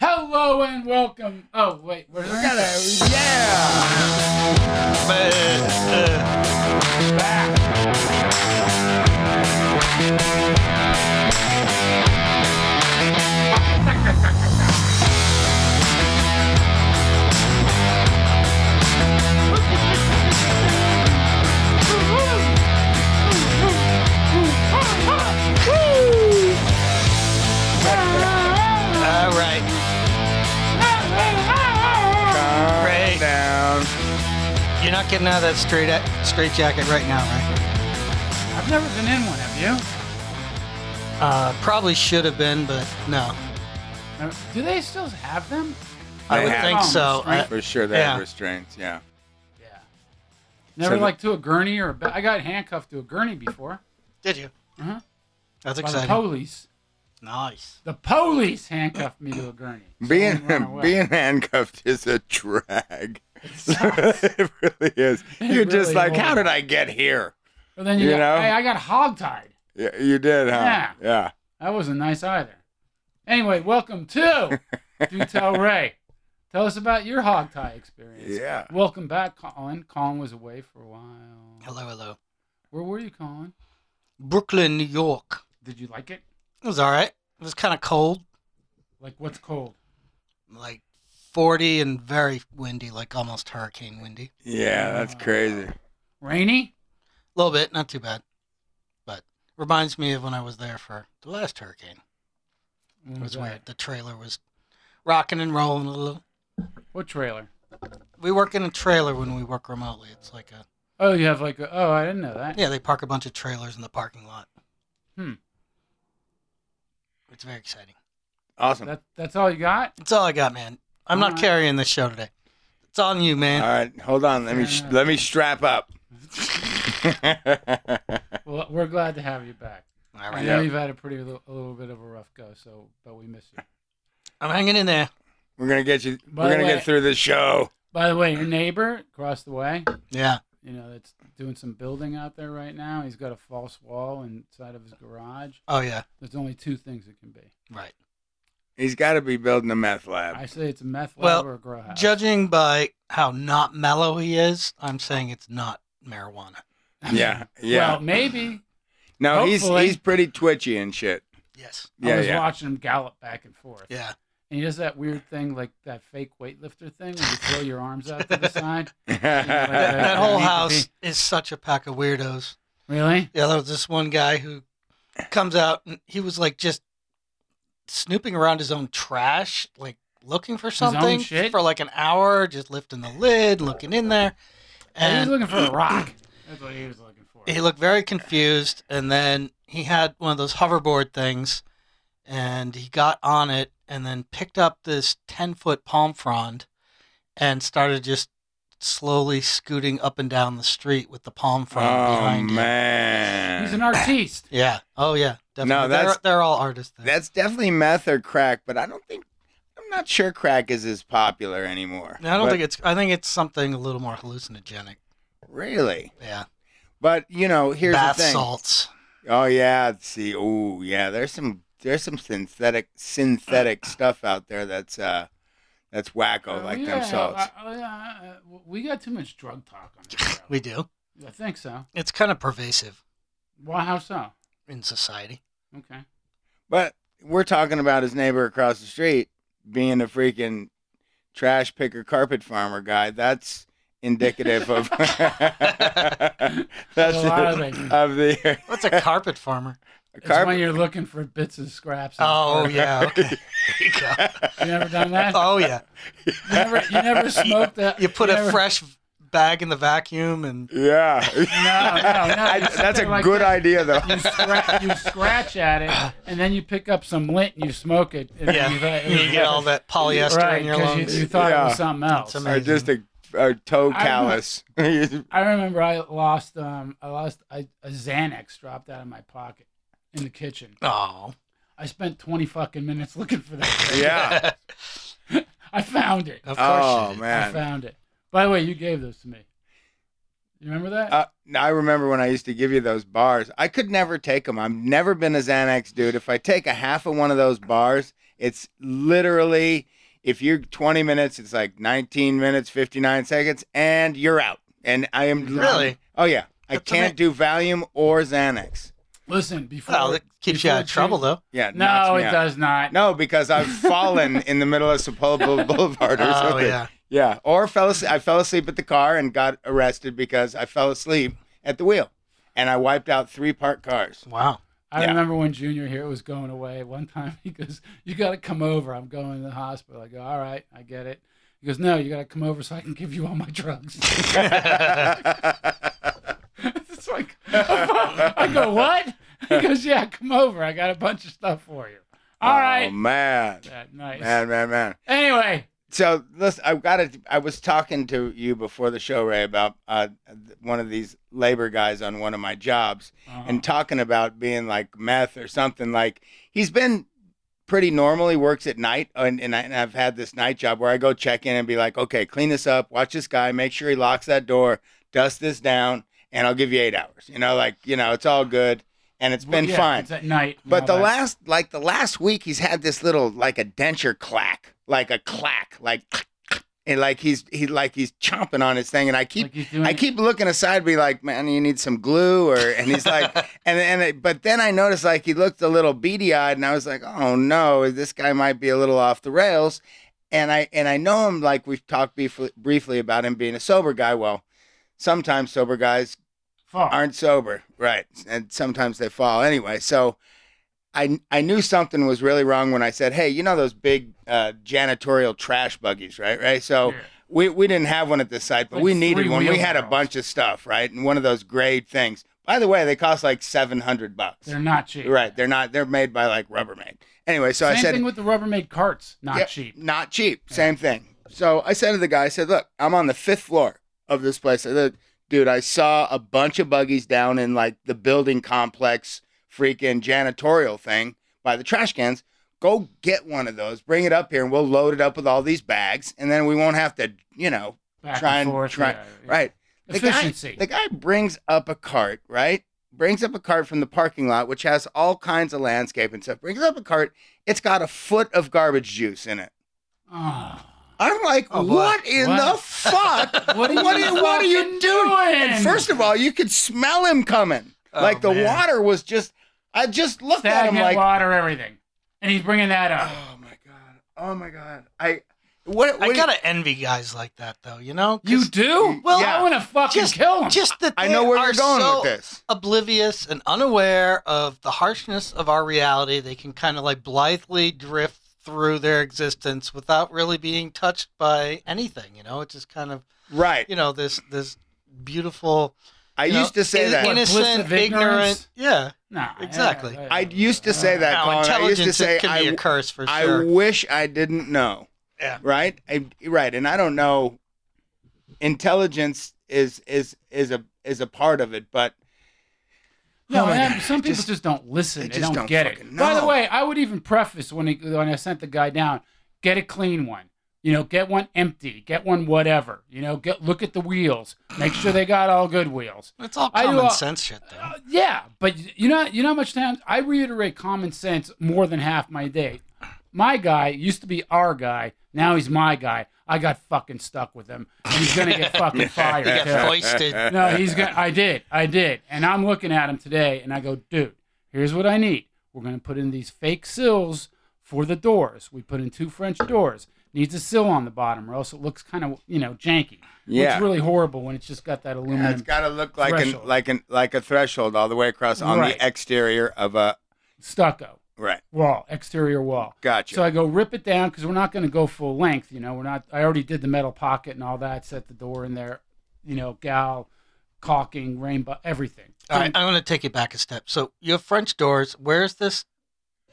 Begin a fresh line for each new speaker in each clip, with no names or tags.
Hello and welcome. Oh wait, we're gonna.
All right. Great.
down.
You're not getting out of that straight straight jacket right now, right?
I've never been in one. Have you?
Uh, probably should have been, but no.
Never- Do they still have them?
I
They
would
have
think
them.
so. I-
For sure, they
Yeah.
have restraints. Yeah.
Yeah. Never
So-
like to a gurney or a. Ba- I got handcuffed to a gurney before
did you?
Mhm.
That's
by the
exciting.
police.
Nice.
The police handcuffed me to a gurney.
Being
Someone ran away.
being handcuffed is a drag. it really is.
It
You're just
really
like,
was.
how did I get here?
But then you,
you
got,
know?
Hey, I got hogtied.
Yeah, you did, huh?
Yeah.
Yeah.
That wasn't nice either. Anyway, welcome to Do Tell Ray. Tell us about your hog tie experience.
Yeah.
Welcome back, Colin. Colin was away for a while.
Hello, hello.
Where were you, Colin?
Brooklyn, New York.
Did you like it?
It was all right. It was kind of cold,
Like what's cold?
like 40 and very windy, like almost hurricane windy.
Yeah, that's crazy.
Rainy?
A little bit, not too bad, but reminds me of when I was there for the last hurricane.
When
It was
that?
weird. The trailer was rocking and rolling a little.
What trailer?
We work in a trailer when we work remotely. It's like a
Oh, you have like a, oh, I didn't know that.
yeah. They park a bunch of trailers in the parking lot.
Hmm.
It's very exciting.
Awesome.
That that's all you got?
That's all I got, man. I'm not
Alright.
carrying this show today. It's on you,
All
man.
right, hold on. Let me sh- let me strap up.
Well, we're glad to have you back.
All
I
right.
know
Yeah.
you've had a pretty little, a little bit of a rough go, so but we miss you.
I'm hanging in there.
we're gonna get you.
By
we're
the
gonna
way-
get through this show.
By the way, your neighbor across the way,
Yeah.
you know, that's doing some building out there right now. He's got a false wall inside of his garage.
Oh yeah.
There's only two things it can be.
Right.
He's got to be building a meth lab.
I say it's a meth lab
Well,
or a grow house.
Judging by how not mellow he is, I'm saying it's not marijuana.
Yeah, yeah.
Well, maybe.
no, he's
hopefully-
he's pretty twitchy and shit.
Yes.
I
Yeah,
was
yeah.
watching him gallop back and forth.
Yeah.
And he does that weird thing, like that fake weightlifter thing, where you throw your arms out to the side.
That,
Yeah,
that
you
whole
need to
house is such a pack of weirdos.
Really?
Yeah, there was this one guy who comes out and he was like just snooping around his own trash, like looking for
own
something
shit?
for like an hour, just lifting the lid, looking in there.
he was
And
looking for a rock. That's what he was looking for.
he looked very confused. And then he had one of those hoverboard things and he got on it and then picked up this 10 foot palm frond and started just slowly scooting up and down the street with the palm frond
Oh
behind him.
man,
He's an artiste.
Yeah. Oh yeah. Definitely.
No, that's-
they're, they're all artists. There.
that's definitely meth or crack, but I don't think I'm not sure crack is as popular anymore.
No, I don't
But-
think it's. I think it's something a little more hallucinogenic.
really.
Yeah.
But you know, here's
Bath
the thing.
salts.
Oh yeah, see, oh yeah, there's some there's some synthetic synthetic stuff out there that's uh that's
Oh,
wacko like
we
them
gotta-
salts.
Uh, I- I- I- we got too much drug talk on this show.
We do.
I think so.
It's kind of pervasive
Why? How so?
in society.
Okay.
But we're talking about his neighbor across the street being a freaking trash picker carpet farmer guy. That's indicative of that's
A lot of things.
of the
What's a carpet farmer?
It's when
carpet.
you're looking for bits of scraps. in the
Oh
car.
yeah. Okay. There you go.
You never done that?
Oh yeah.
You never, you never smoked that.
You put
you
a
never-
fresh bag in the vacuum and
Yeah.
no, no,
I-
you sit
that's a
there like
good
that.
idea though.
you, scra- you scratch at it, and then you pick up some lint and you smoke it. And
yeah,
you, thought it was-
you get all that polyester
right
in your
'cause
lungs.
You, you thought it was
Yeah.
something else.
amazing.
Or just a, a toe callus.
I remember I lost um I lost a, a Xanax dropped out of my pocket in the kitchen.
oh.
I spent twenty fucking minutes looking for that. thing.
yeah.
I found it.
Of course.
Oh
you did.
I
man.
found it. By the way, you gave those to me. You remember that?
Uh, now, I remember when I used to give you those bars. I could never take them. I've never been a Xanax dude. If I take a half of one of those bars, it's literally if you're 20 minutes, it's like 19 minutes, 59 seconds, and you're out. And I am
Really?
Oh yeah, I
That's
can't do Valium or Xanax.
Listen, before
Well, it keeps you
before
out of trouble,
June-
though.
Yeah, knocks
No,
me
it
out.
does not.
No, because I've fallen in the middle of Sepulveda Boulevard or
Oh,
something.
yeah.
Yeah, or fell asleep. I fell asleep at the car and got arrested because I fell asleep at the wheel, and I wiped out three parked cars.
Wow.
I
Yeah.
remember when Junior here was going away one time. He goes, "You got to come over. I'm going to the hospital." I go, "All right, I get it." He goes, "No, you got to come over so I can give you all my drugs." it's like I go, "What?" He goes, "Yeah, come over. I got a bunch of stuff for you." All
Oh
right,
man,
yeah, nice.
man, man, man.
Anyway,
So listen, I've got to. I was talking to you before the show, Ray, about uh, one of these labor guys on one of my jobs,
uh,
and talking about being like meth or something. Like he's been pretty normal. He works at night, and, and, I, and I've had this night job where I go check in and be like, okay, clean this up, watch this guy, make sure he locks that door, dust this down, and I'll give you eight hours. You know, like you know, it's all good, and it's
well,
been
yeah,
fine.
It's at night. and
But
all
the
that.
last, like the last week, he's had this little, like a denture clack, like a clack, like, and like he's he like he's chomping on his thing, and I keep
like he's doing
I keep looking aside, be like, man, you need some glue, or and he's like, and and it, but then I noticed like he looked a little beady eyed, and I was like, oh no, this guy might be a little off the rails, and I and I know him like we've talked briefly, briefly about him being a sober guy. Well, sometimes sober guys
fall.
aren't sober, right? And sometimes they fall anyway. So I I knew something was really wrong when I said, "Hey, you know those big uh, janitorial trash buggies, right? Right?" So
Yeah.
we we didn't have one at the site, but
Like
we needed
three
one. We had a
wheelbarrows.
bunch of stuff, right? And one of those grade things. By the way, they cost like 700 bucks.
They're not cheap.
Right. They're not they're made by like Rubbermaid. Anyway, so
Same
I said
thing with the Rubbermaid carts. Not
yeah,
cheap.
Not cheap. Same thing. So I said to the guy, I said, look, I'm on the fifth floor of this place. I said, dude, I saw a bunch of buggies down in like the building complex freaking janitorial thing by the trash cans. Go get one of those, bring it up here, and we'll load it up with all these bags, and then we won't have to, you know,
Back
try
and
and-
forth.
try-
yeah, yeah.
right. The guy-
Efficiency.
The guy brings up a cart, right? Brings up a cart from the parking lot, which has all kinds of landscape and stuff. Brings up a cart. It's got a foot of garbage juice in it.
Ah.
I'm like,
Oh, boy.
what in
Wow.
the fuck?
What are you,
What are you- what are you
fucking
doing?
doing?
and first of all, you could smell him coming. like the
Oh, man.
water was just, I just looked at him
stagnant
like,
water, everything, and he's bringing that up.
oh my god, oh my god, I, what, what
I gotta envy guys like that, though. You know, 'Cause
You do?
Well,
I
yeah.
want to fucking
Just-
kill him.
just that
I
they
know where
are
you're going
so
with this.
oblivious and unaware of the harshness of our reality. They can kind of like blithely drift through their existence without really being touched by anything. You know, it's just kind of
Right,
you know this this beautiful.
I
you know,
used to say
in-
that.
What, bliss
innocent,
of ignorance?
ignorant. Yeah,
nah,
exactly.
yeah, yeah,
I used to say that,
Now,
Colin. I used
intelligence
to say,
it can be
I,
a curse for
I
sure.
wish I didn't know.
Yeah.
Right. I, right. And I don't know. Intelligence is is is a is a part of it, but
No,
Oh my
and
God,
some people
just-
just, don't listen. They,
they just
don't,
don't
get it.
fucking
By the
know.
way, I would even preface when he, when I sent the guy down, get a clean one. You know, get one empty, get one whatever. You know, get look at the wheels, make sure they got all good wheels.
it's all
I do
common
all-
sense shit, though.
Uh, yeah, but y- you know, you know how much times I reiterate common sense more than half my day. My guy used to be our guy. Now he's my guy. I got fucking stuck with him, and he's gonna get fucking fired.
You
too.
get foisted.
No, he's got. I did. I did. And I'm looking at him today, and I go, dude, here's what I need. We're gonna put in these fake sills for the doors. We put in two French doors. Needs a sill on the bottom, or else it looks kind of you know janky.
Yeah.
it's really horrible when it's just got that aluminum.
Yeah, it's got to look like an
Threshold.
like an like a threshold all the way across on
Right.
the exterior of a
stucco
right.
wall, exterior wall.
Gotcha.
So I go rip it down because we're not going to go full length. You know, we're not. I already did the metal pocket and all that. Set the door in there. You know, gal, caulking, rainbow, everything.
All right, I'm going to take it back a step. So you have French doors. Where's this?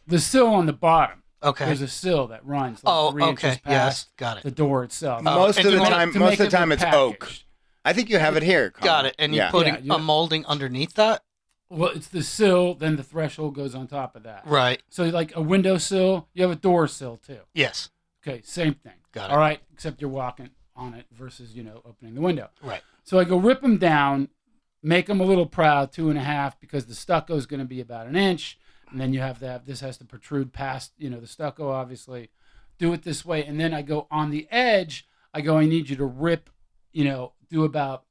The sill on the bottom.
Okay.
There's a sill that runs. Like
oh,
three
okay.
Inches
Yes,
past
got
The
it.
door itself.
Oh,
most
and
of
to
the
make-
time,
to
most
make
of
it
the time, it's oak.
packaged.
I think you have it here. Colin.
Got it. And you
yeah.
put
Yeah,
a-
yeah.
a molding underneath that,
Well, it's the sill, then the threshold goes on top of that.
right?
So like a window sill, you have a door sill too.
Yes,
Okay, same thing.
Got it.
All right, except you're walking on it versus you know opening the window.
right.
So I go rip them down, make them a little proud, two and a half, because the stucco is going to be about an inch, and then you have that. This has to protrude past, you know, the stucco, obviously, do it this way. And then I go on the edge. I go, I need you to rip, you know, do about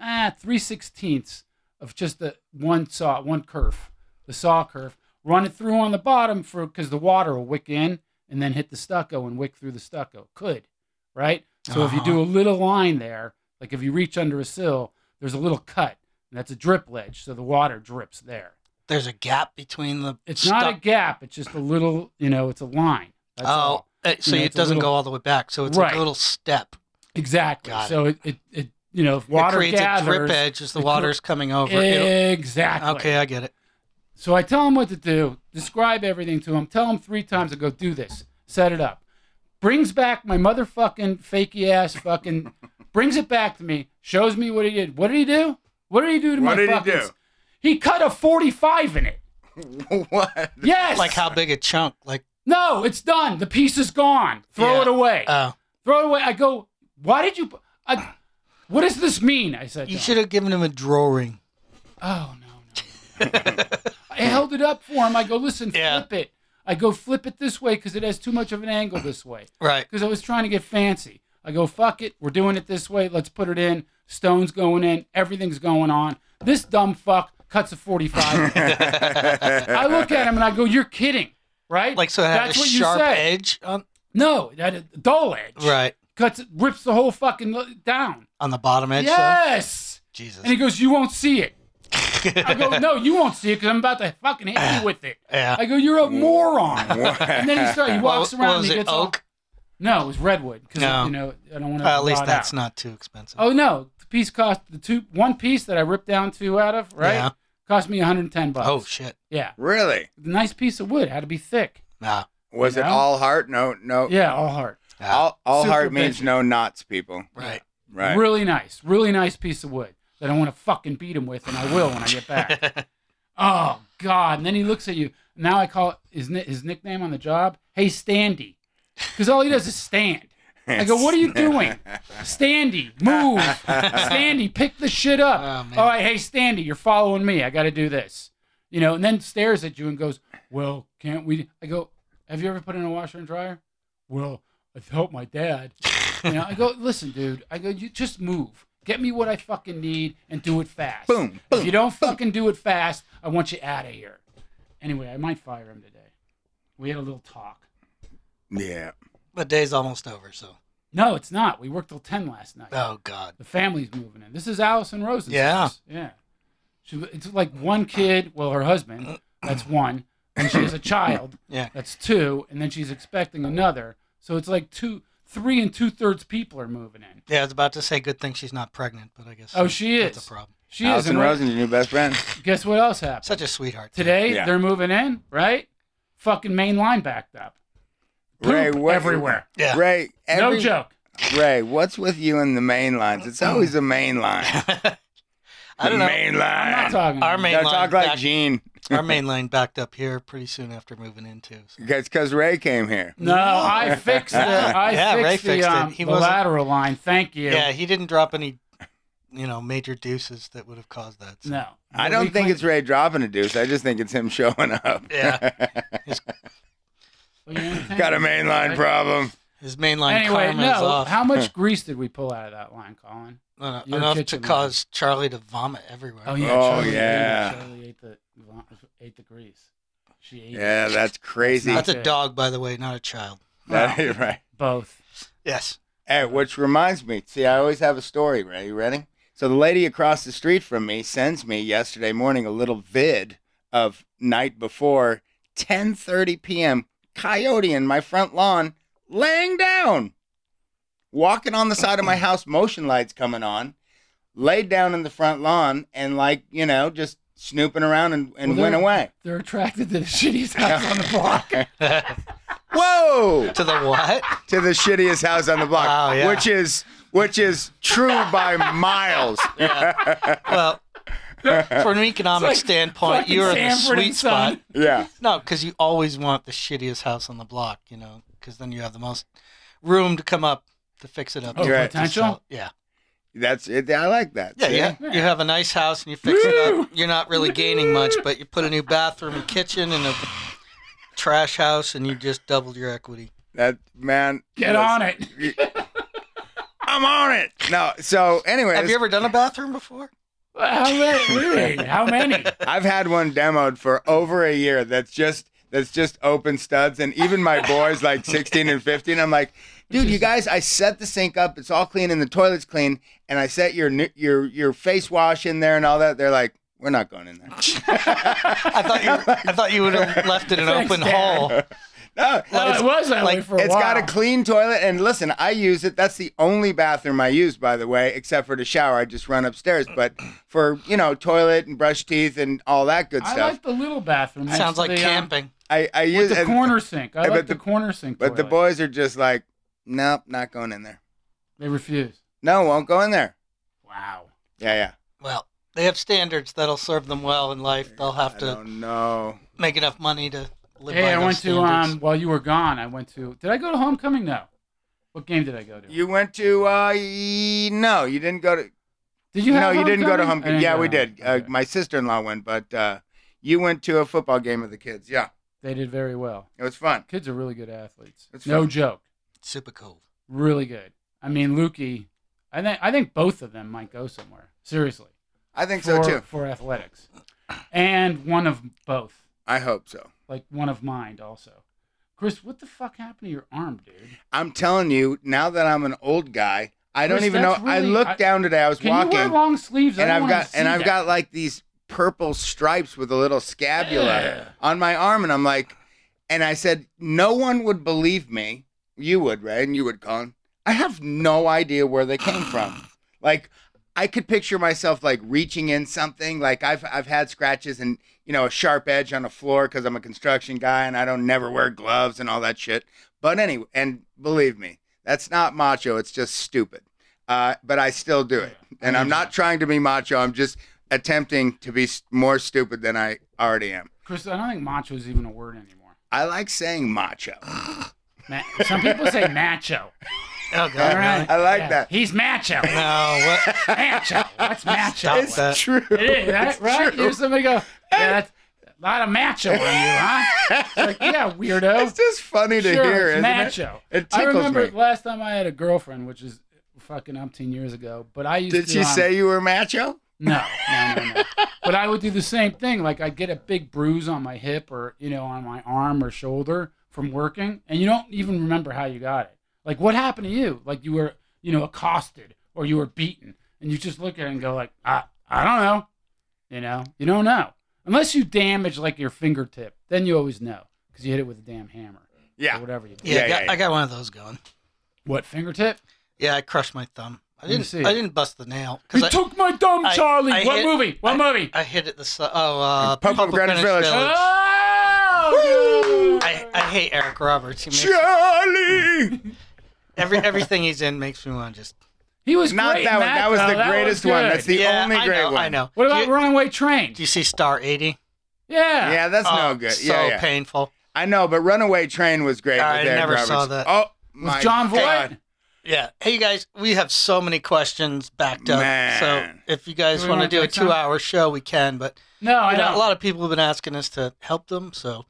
ah three sixteenths of just the one saw, one curve, the saw curve. Run it through on the bottom for because the water will wick in and then hit the stucco and wick through the stucco. Could, right? So if you
Uh-huh.
do a little line there, like if you reach under a sill, there's a little cut, and that's a drip ledge, so the water drips there.
There's a gap between the.
It's
stuck-
not a gap; it's just a little, you know, it's a line. That's
oh,
all.
eh, so
You know,
it
it's a
doesn't
little-
go all the way back. So it's
Right.
a little step.
exactly.
Got it.
So it, it, it, you know, if water
it creates
gathers,
a drip edge as the
it cr-
water's coming over. It'll-
exactly.
okay, I get it.
So I tell him what to do, describe everything to him, tell him three times, I go, do this, set it up. Brings back my motherfucking fakey ass fucking, brings it back to me, shows me what he did. What did he do? What did he do to
What
my
did he
fucking-
do?
He cut a 45 in it.
what?
Yes.
Like how big a chunk? Like,
No, it's done. The piece is gone. Throw
Yeah.
it away.
oh,
Throw it away. I go, why did you, pu- I, what does this mean? I said, to
you
him.
should have given him a drawing.
Oh no, no. I held it up for him. I go, listen,
Yeah.
flip it. I go, flip it this way because it has too much of an angle this way.
Right.
Because I was trying to get fancy. I go, fuck it. We're doing it this way. Let's put it in. Stone's going in. Everything's going on. This dumb fuck cuts a 45. I look at him and I go, you're kidding, right?
Like, so it had
That's
a
what you
sharp
said.
edge on.
No, that a dull edge.
Right.
Cuts, rips the whole fucking lo- down.
On the bottom edge, though?
yes.
Jesus.
And he goes, you won't see it. I go, no, you won't see it because I'm about to fucking hit you with it.
yeah.
I go, you're a moron. and then he starts, he
What-
walks
Uh, what
around. and
was
he
it
gets all-
oak?
no, it was redwood. 'cause,
No.
you know, I don't want to.
Well, at least that's not too expensive.
Oh no, the piece cost the two one piece that I ripped down two out of right
Yeah.
cost me 110 bucks.
Oh, shit.
yeah,
really?
the nice piece of wood had to be thick.
Nah.
Was it
No.
all heart? No,
Oh.
no.
Yeah, all hard.
Nah.
All, all
Super
heart means
bitchy.
no knots, people.
right.
Right.
Really nice, really nice piece of wood that I want to fucking beat him with, and I will when I get back. oh God! And then he looks at you. Now I call his ni- his nickname on the job. Hey, Standy, because all he does is stand. I go, what are you doing? Standy, move. Standy, pick the shit up.
Oh, man.
All right, hey, Standy, you're following me. I got to do this. You know, and then stares at you and goes, well, can't we? I go, have you ever put in a washer and dryer? Well, I've helped my dad. You know, I go, listen, dude. I go, you just move. Get me what I fucking need and do it fast.
Boom,
if
boom,
you don't fucking do it fast, I want you out of here. Anyway, I might fire him today. We had a little talk.
Yeah.
The day's almost over, so.
No, it's not. We worked till 10 last night.
Oh, God.
The family's moving in. This is Allison Rosen's
Yeah.
house. Yeah. She, it's like one kid, well, her husband, that's one. And she has a child,
Yeah.
that's two. And then she's expecting another. So it's like two, three and two thirds people are moving in.
Yeah, I was about to say good thing she's not pregnant, but I guess.
Oh, she
that's
is.
a problem.
She is.
Allison
and what-
Rosen's your new best friend.
Guess what else happened?
Such a sweetheart. too.
Today,
Yeah.
they're moving in, right? Fucking main line backed up. Poop
Ray, what-
everywhere.
Yeah.
Ray, every,
no joke.
Ray, what's with you and the main lines? It's always the main line.
I don't know.
the main
I'm
line.
not talking.
Our main
Now
line
talk like
back-
Gene.
our main line backed up here pretty soon after moving in too. so.
Because Ray came here.
no, I fixed the, I
Yeah, Ray
fixed the,
fixed it.
um,
He
the
wasn't-
lateral line. Thank you.
Yeah, he didn't drop any, you know, major deuces that would have caused that. so.
No.
I
But
don't
we
think
cleaned-
it's Ray dropping a deuce. I just think it's him showing up.
Yeah.
Well, you entertain
Got a
me,
main line
right?
problem.
His main line
Anyway,
karma is
no.
off.
How much grease did we pull out of that line, Colin?
No, no,
Your
enough to
kitchen
cause Charlie to vomit everywhere.
Oh,
Charlie ate it.
yeah.
Charlie ate the ate the grease. She ate
Yeah, that's crazy.
That's
Okay.
a dog, by the way, not a child.
That- right.
both.
Yes.
Hey, which reminds me. See, I always have a story, Ray. You ready? So the lady across the street from me sends me yesterday morning a little vid of night before 10:30 p.m. coyote in my front lawn laying down walking on the side of my house motion lights coming on laid down in the front lawn and like you know just snooping around and, and
Well,
went
they're-
away
They're attracted to the shittiest house on the block.
to
whoa
the what?
to the shittiest house on the block,
Wow, yeah.
which is which is true by miles.
Well, from an economic
It's like
standpoint,
fucking
you're in the
Sanford
sweet
and Son.
spot.
yeah,
No, because you always want the shittiest house on the block, you know, because then you have the most room to come up to fix it up.
Oh,
to
Right.
potential?
sell- Yeah.
that's it. I like that.
Yeah,
See?
yeah. You have a nice house and you fix it up. You're not really gaining much, but you put a new bathroom and kitchen and a trash house and you just doubled your equity.
That man.
Get
was-
on it.
I'm on it. No. So anyway,
Have you ever done a bathroom before?
How many? Really? How many?
I've had one demoed for over a year. That's just that's just open studs, and even my boys like 16 and 15. I'm like, dude, you guys, I set the sink up. It's all clean, and the toilet's clean, and I set your nu- your your face wash in there and all that. They're like, we're not going in there.
I thought you I thought you would have left it an
Thanks,
open
Dad.
hall.
No,
Well, Oh, it was that way
like,
for a
it's
while.
got a clean toilet and listen i use it that's the only bathroom i use by the way except for the shower i just run upstairs but for you know toilet and brush teeth and all that good
I
stuff
like the little bathroom. next
Sounds
to
like
the, um,
camping.
i i use
with the
and-
corner sink. I
Yeah,
like
but
the,
the-
corner sink.
but the
toilet.
boys are just like nope not going in there
they refuse.
no won't go in there
Wow.
yeah yeah
Well, they have standards that'll serve them well in life. They'll have
i
to
don't know
make enough money to live by
Hey, I
those
went to
standards.
um while you were gone. I went to. Did I go to homecoming? No. What game did I go to?
you went to uh y- no you didn't go to
did you?
no
have
you didn't go to
homecoming? I
home yeah
go to
we did uh,
homecoming.
my sister-in-law went but uh you went to a football game with the kids yeah
they did very well.
it was fun
Kids are really good athletes.
It's
no
fun.
joke.
Super cool.
Really good. I mean, Lukey. I think I think both of them might go somewhere. Seriously.
i think
for,
so too
For athletics, and one of both,
i hope so
like one of mind also. Chris, what the fuck happened to your arm, dude?
I'm telling you, now that I'm an old guy, I don't
Chris,
even know.
that's
I
really-
looked
I-
down today. I was
Can you wear
walking,
long sleeves? I
and
don't
I've
wanna
got and
see
I've
that.
got like these purple stripes with a little scabula
Yeah.
on my arm, and I'm like, and I said, no one would believe me. You would, Ray, and you would, Colin. I have no idea where they came from. Like, I could picture myself like reaching in something. Like I've I've had scratches and you know a sharp edge on the floor because I'm a construction guy and I don't never wear gloves and all that shit. But anyway, and believe me, that's not macho. It's just stupid. Uh, but I still do it, and I'm not trying to be macho. I'm just attempting to be s- more stupid than I already am.
Chris, I don't think macho is even a word anymore.
I like saying macho.
Ma- Some people say macho.
Oh God,
All right.
I like
Yeah.
that.
He's macho.
no! What?
macho. What's macho?
Stop that.
It's true.
It is, that, right?
true.
Here's somebody go, yeah, that's a lot of macho on you, huh? It's like, yeah, weirdo.
It's just funny to
sure,
hear,
it's
isn't it?
macho.
It
I
tickles
remember
me.
last time I had a girlfriend, which is fucking umpteen years ago. But I used
Did
to.
she
um,
say you were macho?
no? No, no, no. but I would do the same thing. Like I'd get a big bruise on my hip or you know on my arm or shoulder from working, and you don't even remember how you got it. Like what happened to you? Like you were you know accosted or you were beaten, and you just look at it and go like I I don't know, you know you don't know unless you damage like your fingertip, then you always know because you hit it with a damn hammer or
Yeah.
whatever you do.
Yeah,
Yeah,
I, got,
yeah, yeah.
I got one of those going.
What fingertip?
Yeah, I crushed my thumb. I
Let me
didn't.
see.
I didn't bust the nail
You
I,
took my dumb
I-
Charlie.
I
what
hit-
movie? What movie?
I hit it the su- oh uh,
Pump Up Greenwich Village.
Ah! oh, dude.
I, I hate Eric Roberts. He makes,
Charlie!
every everything he's in makes me want to just.
he was
Not
great
that
in
one. That was
though.
the greatest one.
good.
That's the
yeah,
only
I
great
know,
one.
I know.
What about
do you,
Runaway Train?
do you see Star eighty? Oh,
Yeah.
Yeah, that's
Oh,
no good.
So
yeah, yeah.
painful.
I know, but Runaway Train was great.
I
with Eric
never
Roberts.
saw that.
Oh,
Was
my
John
God.
Voight?
Yeah. Hey, you guys, we have so many questions backed up.
Man.
So if you guys
Do we
want to
wanna
do a
take some?
two-hour show, we can. But
No, I
you know,
know.
a lot of people have been asking us to help them. So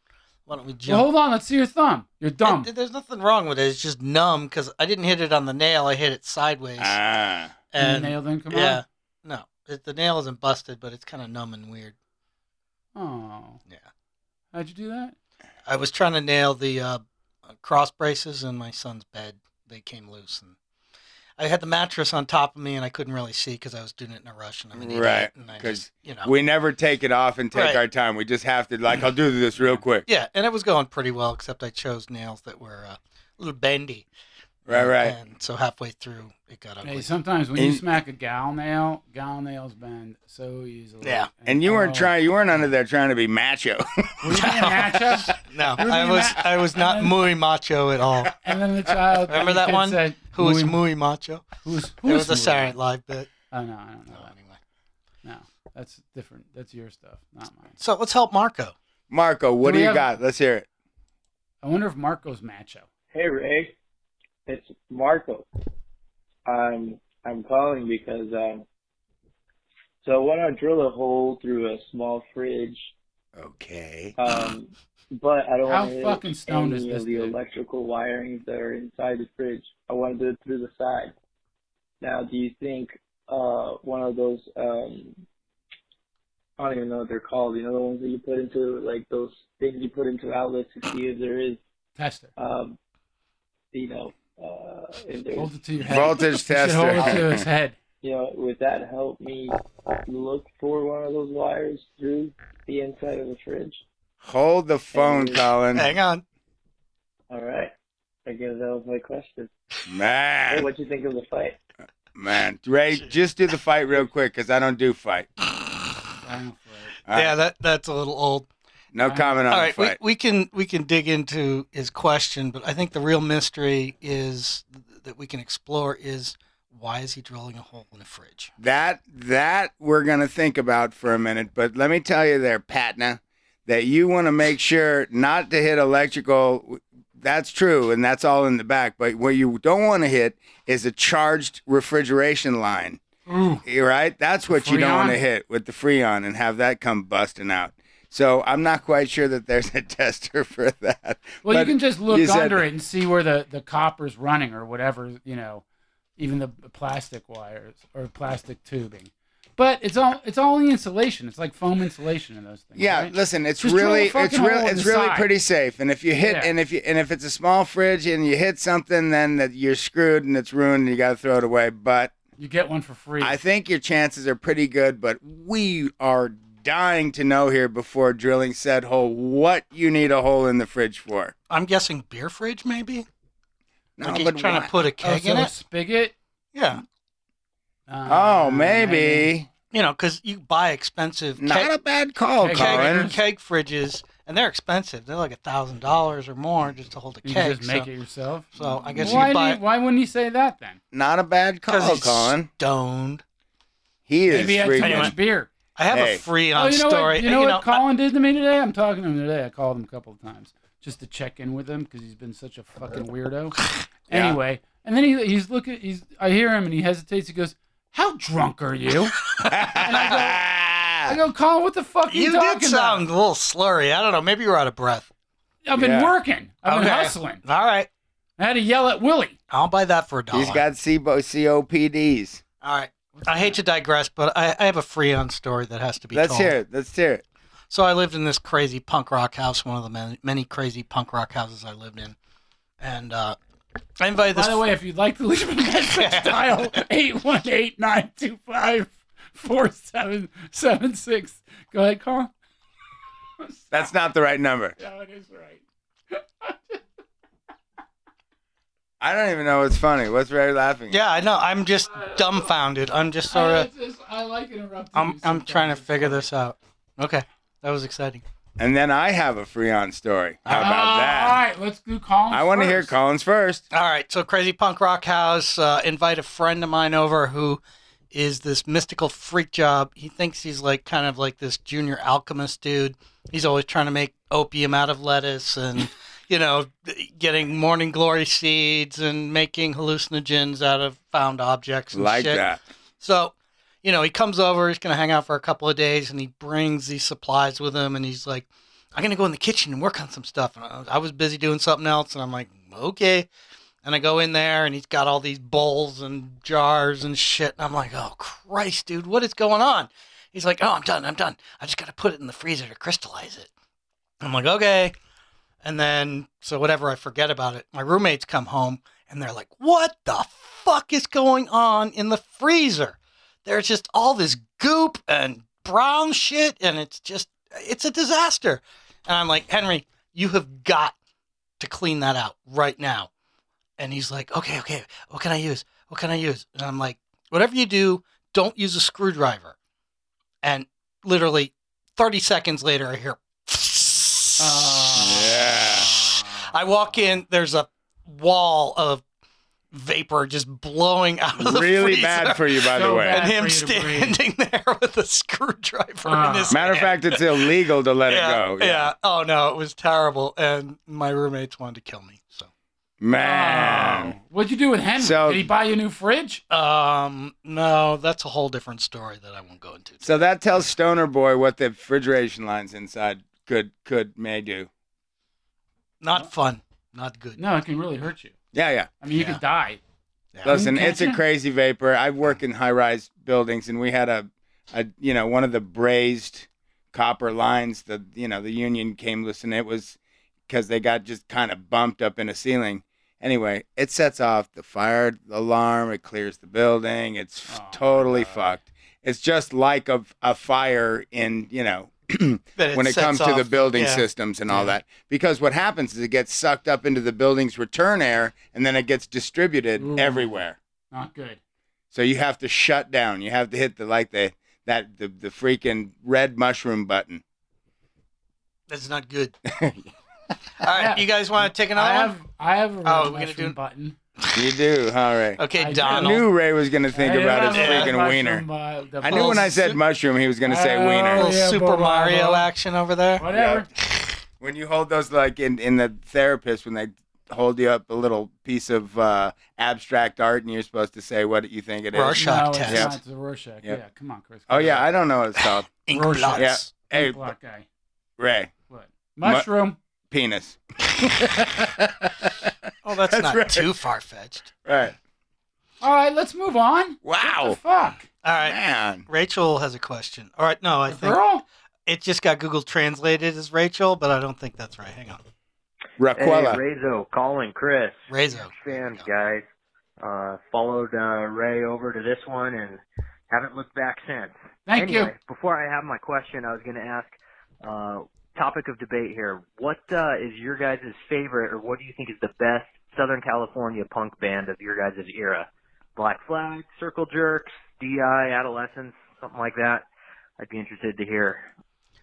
why don't we
Well,
jump?
hold on. Let's see your thumb. Your thumb.
Th- there's nothing wrong with it. It's just numb because I didn't hit it on the nail. I hit it sideways.
Ah.
And
and
the nail didn't come
yeah, no, it, the nail isn't busted, but it's kind of numb and weird.
out. Oh.
Yeah.
How'd you do that?
I was trying to nail the uh, cross braces in my son's bed. They came loose, and I had the mattress on top of me, and I couldn't really see because I was doing it in a rush, and I'm an idiot,
Right,
and I
'cause
just, you know,
We never take it off and take
Right.
our time. We just have to, like, I'll do this real quick.
yeah, and it was going pretty well, except I chose nails that were uh, a little bendy.
Right, right.
And so halfway through, it got ugly.
Hey, sometimes when you
And-
smack a gal nail, gal nails bend so easily.
Yeah.
And you weren't
oh.
trying, you weren't under there trying to be macho.
Were you being macho?
no,
You're
I
being
was
ma-
I was not
and-
muy macho at all.
And then the child.
Remember
the
that
kid
one?
Said,
Who was
"Muy-
muy macho?
Who's
It
who's
was a
moving?
Saturday Night Live bit.
Oh no, I don't know
No,
that.
anyway.
No, that's different. That's your stuff, not mine.
So let's help Marco.
Marco, what
Do
do,
we
you
have-
got? Let's hear it.
I wonder if Marco's macho.
Hey Ray, it's Marco. I'm I'm calling because um, so I want to drill a hole through a small fridge
Okay.
um But I don't
How
want to
fucking
hit
stoned is
any
this
of the
dude?
electrical wiring that are inside the fridge. I want to do it through the side. Now, do you think uh, one of those um, I don't even know what they're called. You know, the ones that you put into like those things you put into outlets to see if there is,
Tester.
um, you know, uh, if there's
Hold it to your head.
Voltage
You should hold
tester.
it to his head.
you know, would that help me look for one of those wires through the inside of the fridge?
Hold the phone, Colin.
Hang on.
All right. I guess that was my question. Hey,
Man,
what'd you think of the fight?
man, Ray, just do the fight real quick because I don't do fight.
I don't know if
All right.
Yeah, that that's a little old.
No comment on
All
the
right, we,
fight.
we can we can dig into his question, but I think the real mystery is that we can explore is why is he drilling a hole in a fridge?
That that we're gonna think about for a minute, but let me tell you there, Patna, that you want to make sure not to hit electrical. That's true, and that's all in the back. But what you don't want to hit is a charged refrigeration line.
Ooh.
You're right. That's what you don't
Freon?
want to hit with the Freon and have that come busting out. So I'm not quite sure that there's a tester for that.
Well, you
But
can just look
said-
under it and see where the, the copper's running or whatever, you know, even the plastic wires or plastic tubing. But it's all it's all the insulation. It's like foam insulation in those things.
Yeah,
right?
listen, it's
Just drill a
really, it's
fucking hole
really,
in
it's
the
really
side.
pretty safe. And if you hit,
Yeah.
and if you, and if it's a small fridge and you hit something, then that you're screwed and it's ruined and you got to throw it away. But
you get one for free.
I think your chances are pretty good. But we are dying to know here before drilling said hole what you need a hole in the fridge for.
I'm guessing beer fridge maybe.
No,
like he's
but
trying
why-
to put a
oh,
keg
so
in
a
it.
spigot.
Yeah,
Uh,
Oh, maybe
you know, because you buy expensive
not a bad call,
Keg-
Colin.
keg, keg fridges, and they're expensive. They're like a thousand dollars or more just to hold a
You
keg.
can just make
so,
it yourself.
so I guess
why,
you
did-
buy
why wouldn't he say that then?
Not a bad
because
call,
he's
Colin.
stoned.
He is
Maybe I had too
freaking-
much beer.
I have
Hey.
a free
Oh,
on
you know
story.
what? You know what
I-
Colin did to me today? I'm talking to him today. I called him a couple of times just to check in with him because he's been such a fucking weirdo.
Yeah.
Anyway, and then he, he's looking. He's I hear him and he hesitates. He goes, "How drunk are you?" I go, "Colin, what the fuck are you,
you
talking
did sound a little slurry. I don't know. Maybe you're out of breath.
about?" I've been
Yeah.
working. I've been
Okay.
hustling.
All right.
I had to yell at Willie.
I'll buy that for a dollar.
He's got CBO COPDs.
All right. I hate to digress, but I, I have a Freon story that has to be
Let's
told.
hear it. Let's hear it.
So I lived in this crazy punk rock house, one of the many, many crazy punk rock houses I lived in. And uh, I invited this.
By the way, if you'd like to leave a message, dial 818-925-4776. Go ahead, Colin.
That's not the right number.
No, it is right.
I don't even know what's funny. What's Ray laughing at?
yeah, I know. I'm just dumbfounded. I'm just sort
I,
of.
it's just- I like interrupting.
I'm,
you
I'm trying to
sometimes.
figure this out. Okay. That was exciting.
And then I have a Freon story. How about
Uh, All
that?
right, let's do Colin.
I want to hear
first.
Collins first.
All right, so Crazy Punk Rock House uh, invite a friend of mine over who is this mystical freak job. He thinks he's like kind of like this junior alchemist dude. He's always trying to make opium out of lettuce and you know getting morning glory seeds and making hallucinogens out of found objects and
Like
shit.
that.
So, you know, he comes over, he's going to hang out for a couple of days, and he brings these supplies with him. And he's like, I'm going to go in the kitchen and work on some stuff. And I I was busy doing something else. And I'm like, okay. And I go in there, and he's got all these bowls and jars and shit. And I'm like, oh, Christ, dude, what is going on? He's like, oh, I'm done. I'm done. I just got to put it in the freezer to crystallize it. I'm like, okay. And then, so whatever, I forget about it. My roommates come home and they're like, what the fuck is going on in the freezer? There's just all this goop and brown shit, and it's just, it's a disaster. And I'm like, Henry, you have got to clean that out right now. And he's like, okay, okay, what can I use? What can I use? And I'm like, whatever you do, don't use a screwdriver. And literally 30 seconds later, I hear,
Oh, Yeah.
Oh.
I walk in, there's a wall of vapor just blowing out of the
Really
freezer.
bad for you, by the
So
way.
bad.
and him
for you to breathe.
standing there with a screwdriver
Ah.
in his
Matter of
hand.
fact, it's illegal to let
yeah,
it go.
Yeah. Oh no, it was terrible, and my roommates wanted to kill me. So,
Man.
Oh. What'd you do with Henry?
Um, So-
Did he buy you a new fridge?
um, no, that's a whole different story that I won't go into.
So that tells Stoner Boy what the refrigeration lines inside could could may do.
Not fun. Not good.
No, it can really hurt you.
Yeah, yeah.
I mean, you
Yeah.
could die.
Yeah.
Listen,
Okay.
it's a crazy vapor. I work in high-rise buildings, and we had a, a, you know, one of the brazed copper lines. The you know the union came listen. It was because they got just kind of bumped up in a ceiling. Anyway, it sets off the fire alarm. It clears the building. It's f-
Oh, my
totally
God.
fucked. It's just like a a fire in you know
But
when it
sets
comes to the
off-
building
yeah.
systems and all
Yeah.
that. Because what happens is it gets sucked up into the building's return air and then it gets distributed
Ooh.
everywhere.
Not good.
So you have to shut down. You have to hit the like the that the, the freaking red mushroom button.
That's not good. All right,
Yeah.
you guys want to take another
I
one?
have I have a red
Oh, we're gonna
mushroom
do-
button.
You do, huh, Ray?
Okay,
I do.
I
Donald.
knew Ray was gonna think
I
about his
have a red
freaking
mushroom
wiener.
bu- the
I knew when I said mushroom, he was gonna say
Oh.
A
wiener.
little
Yeah,
Super
blah, blah,
Mario
blah.
action over there.
Whatever.
When you hold those like in in the therapist when they hold you up a little piece of uh, abstract art and you're supposed to say what you think it is.
Rorschach. Shock
no, it's
test.
not. It's a Rorschach.
Yep.
Yeah, come on, Chris.
Oh yeah, I don't know what it's called.
Ink
Rorschach.
blots.
Yeah.
hey,
Hey,
black guy.
Ray,
What? Mushroom.
penis.
Oh, that's,
That's
not
right.
too far fetched.
Right.
All right, let's move on. What
Oh.
the
Wow.
fuck?
All right.
Man.
Rachel has a question. All right, no, I
A
think
girl?
it just got Google translated as Rachel, but I don't think that's right. Hang on.
Hey,
Raquella.
Rezo, Colin, Chris.
Rezo.
Fans, guys. Uh, followed uh, Ray over to this one and haven't looked back since.
Thank
anyway, before I have my question, I was going to ask uh, topic of debate here. What uh, is your guys' favorite, or what do you think is the best Southern California punk band of your guys' era? Black Flag, Circle Jerks, DI, Adolescence, something like that. I'd be interested to hear.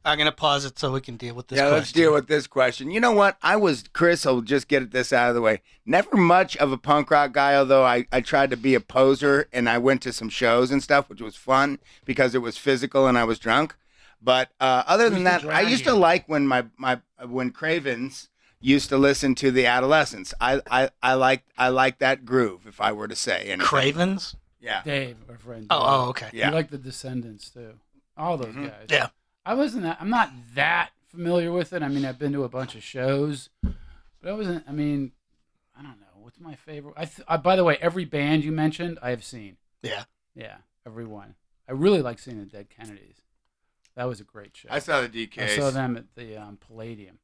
I'm going to pause it so we can deal with this
yeah,
question.
let's deal with this question. You know what? I was Chris. I'll just get this out of the way. Never much of a punk rock guy, although I, I tried to be a poser and I went to some shows and stuff, which was fun because it was physical and I was drunk. But uh, other
Who's
than
the
that, I used to
dragon?
like when my my when Cravens used to listen to the Adolescents. I I I like I like that groove. If I were to say anything,
Cravens?
yeah,
you. Dave, our friend.
Oh,
Dave.
oh, okay.
You
yeah.
like the Descendants too. All those
Mhm.
guys.
Yeah.
I wasn't that I'm not that familiar with it. I mean, I've been to a bunch of shows, but I wasn't I mean, I don't know. What's my favorite? I, th- I by the way, every band you mentioned, I have seen.
Yeah.
Yeah, every one. I really like seeing the Dead Kennedys. That was a great show.
I saw the DKs.
I saw them at the um, Palladium.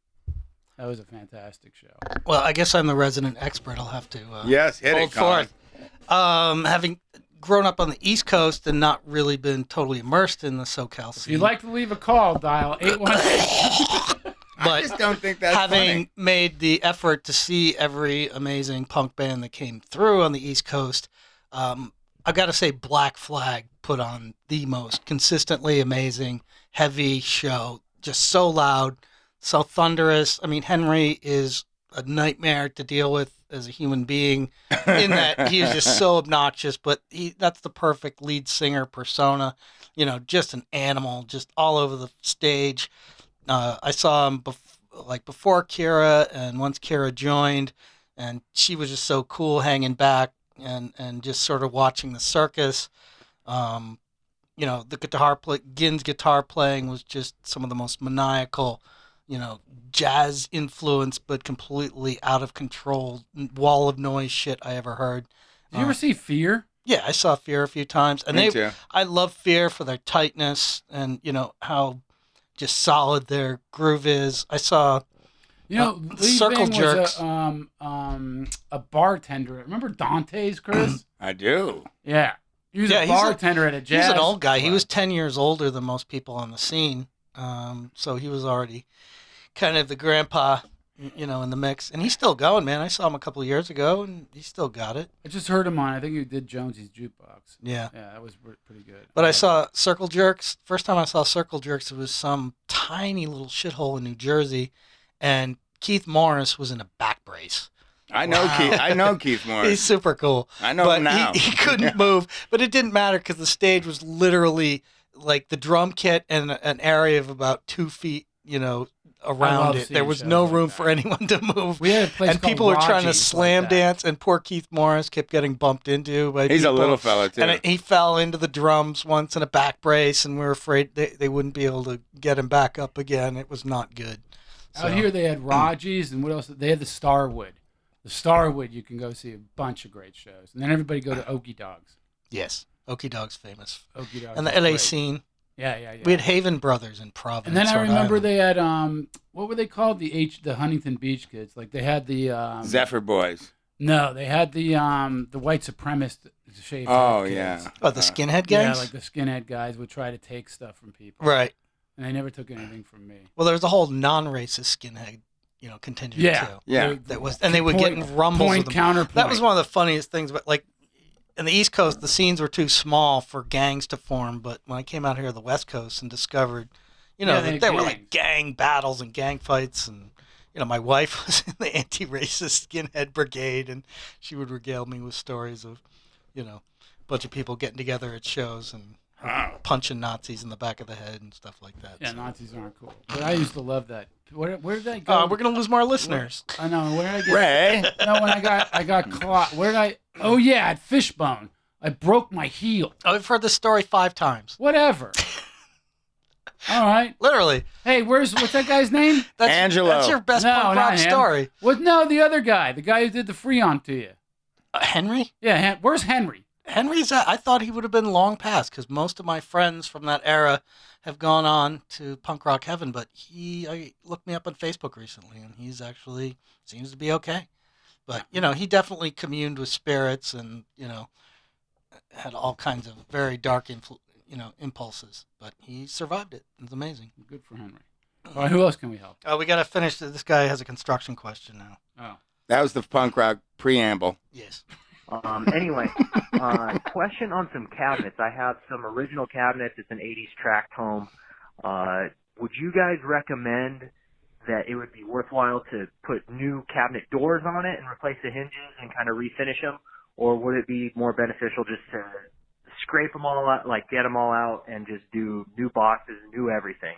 That was a fantastic show.
Well, I guess I'm the resident expert. I'll have to uh,
Yes, hit
hold
it, Colin.
forth. Um, having grown up on the East Coast and not really been totally immersed in the SoCal
If
scene.
you'd like to leave a call, dial 816.
I
but
just don't think that's
having
funny.
made the effort to see every amazing punk band that came through on the East Coast, um, I've got to say Black Flag put on the most consistently amazing, heavy show. Just so loud, so thunderous. I mean, Henry is a nightmare to deal with as a human being in that he was just so obnoxious, but he that's the perfect lead singer persona. You know, just an animal, just all over the stage. Uh, I saw him bef- like before Kira, and once Kira joined, and she was just so cool, hanging back and and just sort of watching the circus. Um, you know, the guitar play, Ginn's guitar playing was just some of the most maniacal. You know, jazz influence, but completely out of control wall of noise shit I ever heard. Uh,
Did you ever see Fear?
Yeah, I saw Fear a few times, and
Me
they
too.
I love Fear for their tightness and you know how just solid their groove is. I saw
You know,
Uh,
Lee
Circle
Ving was
Jerks.
a, um, um, a bartender. Remember Dante's, Chris?
I do.
yeah. He was
Mm-hmm. Yeah,
a
he's a-
bartender at a jazz.
he's an old guy. He
club.
was ten years older than most people on the scene, um, so he was already kind of the grandpa, you know, in the mix. And he's still going, man. I saw him a couple of years ago, and he still got it.
I just heard him on, I think he did Jonesy's Jukebox.
Yeah.
Yeah, that was pre- pretty good. Um,
But I
love
saw Circle Jerks. First time I saw Circle Jerks, it was some tiny little shithole in New Jersey, and Keith Morris was in a back brace.
I know
Wow.
Keith. I know Keith
He's
Morris.
super cool.
I know
but
him now.
He, he couldn't move. But it didn't matter because the stage was literally like the drum kit and an area of about two feet, you know, around it. There
seeing
was
shows
no
like
room
that.
for anyone to move.
We had a place
and
called
people were trying to
Raji's like
slam
that.
dance, and poor Keith Morris kept getting bumped into. By
He's a
people.
little fella too.
And it- he fell into the drums once in a back brace, and we were afraid they, they wouldn't be able to get him back up again. It was not good.
Out here they had Raji's and what else? They had the Starwood. The Starwood, you can go see a bunch of great shows, and then everybody go to Okie Dogs.
Yes. Okie Dog's famous.
Okie Dogs.
And the
is
LA
great.
scene.
Yeah, yeah, yeah.
We had Haven Brothers in
and
Providence.
then I
Rhode
remember
Island.
they had um, what were they called? The H, the Huntington Beach kids. Like they had the um,
Zephyr Boys.
No, they had the um, the white supremacist shaved.
Oh
kids.
yeah.
Oh, the
Uh,
skinhead
Yeah,
gangs? Oh.
like the skinhead guys would try to take stuff from people,
right.
and they never took anything from me.
Well, there was a whole non-racist skinhead, you know, contingent
Yeah.
too.
Yeah.
They-
That was, and they would get
Point-
in rumbles
Point
with them.
counterpoint.
That was one of the funniest things. But like in the East Coast, the scenes were too small for gangs to form. But when I came out here to the West Coast and discovered, you know,
Yeah, they
that
had
there were like gang battles and gang fights, and you know, my wife was in the anti-racist skinhead brigade, and she would regale me with stories of, you know, a bunch of people getting together at shows and punching Nazis in the back of the head and stuff like that.
Yeah,
So-
Nazis aren't cool. But I used to love that. Where, where did I go?
Uh, we're gonna lose more listeners.
I know. Where did I get?
Ray.
No, when I got I got caught. Where did I? Oh yeah, at Fishbone. I broke my heel.
I've heard this story five times.
Whatever. All right.
Literally.
Hey, where's what's that guy's name?
That's,
Angelo.
That's your best
No, not
punk rock
him.
story.
What? No, the other guy, the guy who did the Freon to you.
Uh, Henry?
Yeah. Hen- where's Henry?
Henry's, uh, I thought he would have been long past because most of my friends from that era have gone on to punk rock heaven, but he I, looked me up on Facebook recently and he's actually seems to be okay. But, you know, he definitely communed with spirits and, you know, had all kinds of very dark, influ- you know, impulses, but he survived it. It's amazing.
Good for Henry. All right. Who else can we help?
Uh, we got to finish. This guy has a construction question now.
Oh.
That was the punk rock preamble.
Yes.
Um, anyway, uh, question on some cabinets. I have some original cabinets. It's an 80s tract home. Uh, would you guys recommend that it would be worthwhile to put new cabinet doors on it and replace the hinges and kind of refinish them? Or would it be more beneficial just to scrape them all out, like get them all out and just do new boxes, new everything?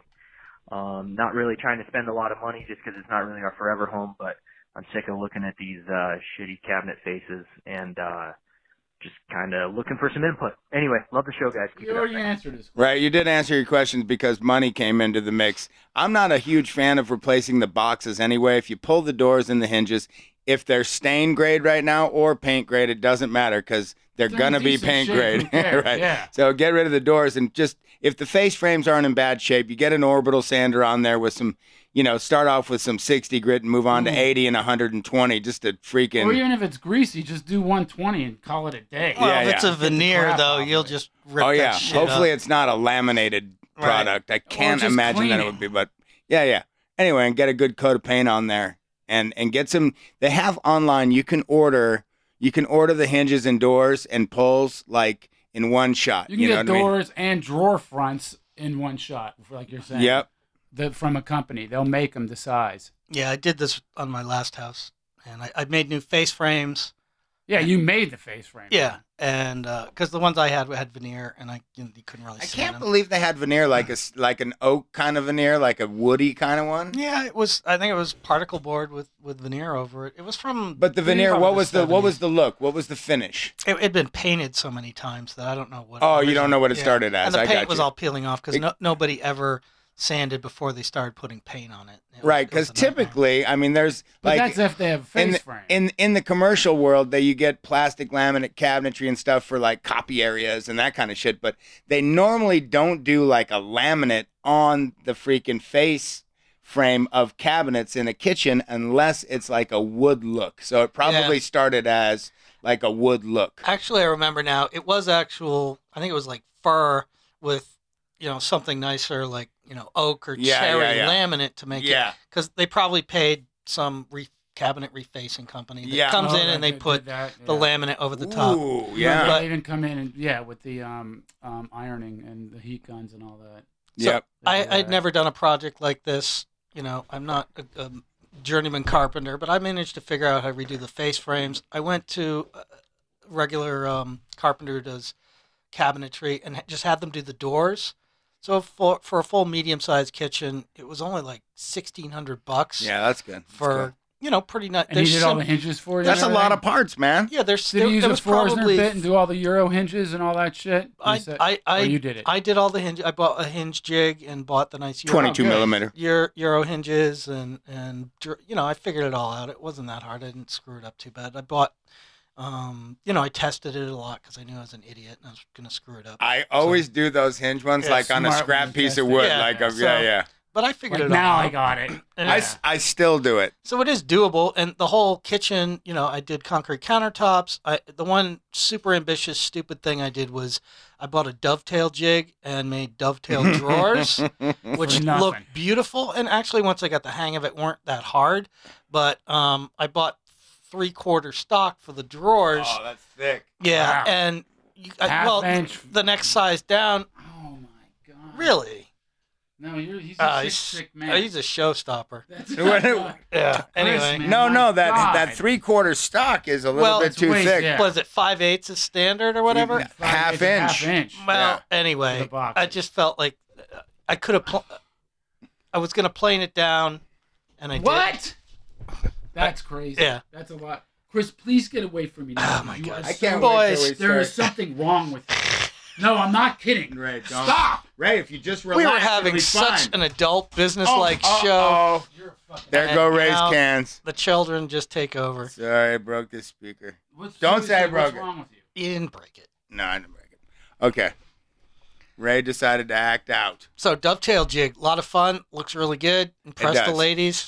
Um, not really trying to spend a lot of money just because it's not really our forever home, but I'm sick of looking at these uh, shitty cabinet faces and uh, just kind of looking for some input. Anyway, love the show, guys. Keep
You
it up.
already answered this.
Right, you did answer your questions because money came into the mix. I'm not a huge fan of replacing the boxes anyway. If you pull the doors and the hinges, if they're stain grade right now or paint grade, it doesn't matter because they're
They're in
gonna be
decent
paint
shape,
grade.
who cares?
right.
Yeah.
So get rid of the doors and just if the face frames aren't in bad shape, you get an orbital sander on there with some, you know, start off with some 60 grit and move on to 80 and 120 just to freaking.
Or even if it's greasy, just do 120 and call it a day.
Well,
Yeah,
if it's
yeah.
a veneer,
crap
though,
out of
you'll
it.
just rip
Oh
that
yeah.
shit
Hopefully
up.
it's not a laminated
Right.
product. I can't
just
imagine
clean
that
it.
it would be, but yeah, yeah. Anyway, and get a good coat of paint on there and and get some they have online you can order you can order the hinges and doors and pulls like in one shot.
You
You,
can get
know what I mean?
doors and drawer fronts in one shot, like you're saying.
Yep.
The, from a company, they'll make them the size.
Yeah, I did this on my last house, and I, I made new face frames.
Yeah, you made the face frame.
Yeah, and because the ones I had had veneer, and I you, know, you couldn't really.
I
see
can't
them.
believe they had veneer like a s- like an oak kind of veneer, like a woody kind of one.
Yeah, it was. I think it was particle board with with veneer over it. It was from.
But the
maybe
veneer,
probably
what was the what
70s.
was the look? What was the finish?
It had been painted so many times that I don't know what.
Oh, you don't know what it
originally-
started
yeah.
as.
And the
I
paint
got
was
you.
all peeling off because
It-
no, nobody ever sanded before they started putting paint on it. It was-
right,
it was
because
a nightmare.
typically, I mean, there's
But
like
that's if they have a face
in the,
frame.
in in the commercial world that you get plastic laminate cabinetry and stuff for like copy areas and that kind of shit but they normally don't do like a laminate on the freaking face frame of cabinets in a kitchen unless it's like a wood look so it probably
Yeah.
started as like a wood look
Actually, I remember now. It was actual. I think it was like fur with, you know, something nicer like you know oak or
Yeah,
cherry
yeah, yeah.
laminate to make it.
yeah
Because they probably paid some re- cabinet refacing company that
Yeah.
comes
Oh,
in and they
did
put
that,
the
yeah.
laminate over the top.
Ooh,
Remember,
yeah
But-
they even come in and yeah, with the um, um, ironing and the heat guns and all that.
So
yep
I,
Yeah.
I'd never done a project like this. You know, I'm not a, a journeyman carpenter, but I managed to figure out how to redo the face frames. I went to a regular um, carpenter who does cabinetry and ha- just had them do the doors. So for for a full medium sized kitchen, it was only like sixteen hundred bucks
yeah that's good That's
for you know, pretty nice.
And he did all the hinges for you.
That's a
and
lot of
everything?
parts, man.
yeah, there's
Did
there,
he use
there
a
was
Forstner
probably
bit and do all the Euro hinges and all that shit?
I,
You said-
I,
or
I,
you did it.
I did all the hinge. I bought a hinge jig and bought the nice Euro,
22
good.
millimeter.
Euro, Euro hinges and and dr- you know I figured it all out. It wasn't that hard. I didn't screw it up too bad. I bought, um, you know, I tested it a lot because I knew I was an idiot and I was gonna screw it up.
I always do those hinge ones
Yeah,
like on a
smart
scrap
ones,
piece
that's
of wood.
it.
like, a,
Yeah.
yeah,
So-
yeah.
but I figured
Like,
it
now
all
I
out.
got it.
And
I,
I-
s- I still do it.
So it is doable, and the whole kitchen, you know, I did concrete countertops. I the one super ambitious, stupid thing I did was I bought a dovetail jig and made dovetail drawers, which
For nothing.
looked beautiful. And actually, once I got the hang of it, weren't that hard. But um, I bought three quarter stock for the drawers.
Oh, that's thick.
yeah,
wow.
and you, I,
Half
well,
inch.
the next size down,
Oh my god.
really.
No, you're he's a
Uh,
sick,
he's,
sick
uh,
man.
he's a showstopper.
That's
What-
Yeah.
man.
Anyway,
No,
my
no, that
God.
that three quarter stock is a little
Oh Well,
bit
it's
too
way-
thick.
yeah.
was it five eighths is standard or whatever?
Yeah. half
It's a Half
inch.
inch.
Well,
For
anyway,
the boxes.
I just felt like uh, I could have. Pl- I was gonna plane it down, and I did.
What? That's crazy.
Yeah.
That's a lot. Chris, please get away from me now.
Oh my
You
God.
are
I can't
so-
Boys,
wait till we
There is
start.
something wrong with you. No, I'm not kidding.
Ray, don't-
Stop.
Ray, if you just relax,
We were having
it'll be
such
fine.
an adult business-like
Oh,
show.
oh, oh.
You're a fucking.
There go
And
Ray's
now-
cans.
The children just take over.
Sorry, I broke this speaker.
What's,
Don't say I
seriously,
broke
What's
it.
wrong with you?
You didn't break it.
No, I didn't break it. Okay. Ray decided to act out.
So dovetail jig, a lot of fun. Looks really good. Impressed the
does.
ladies.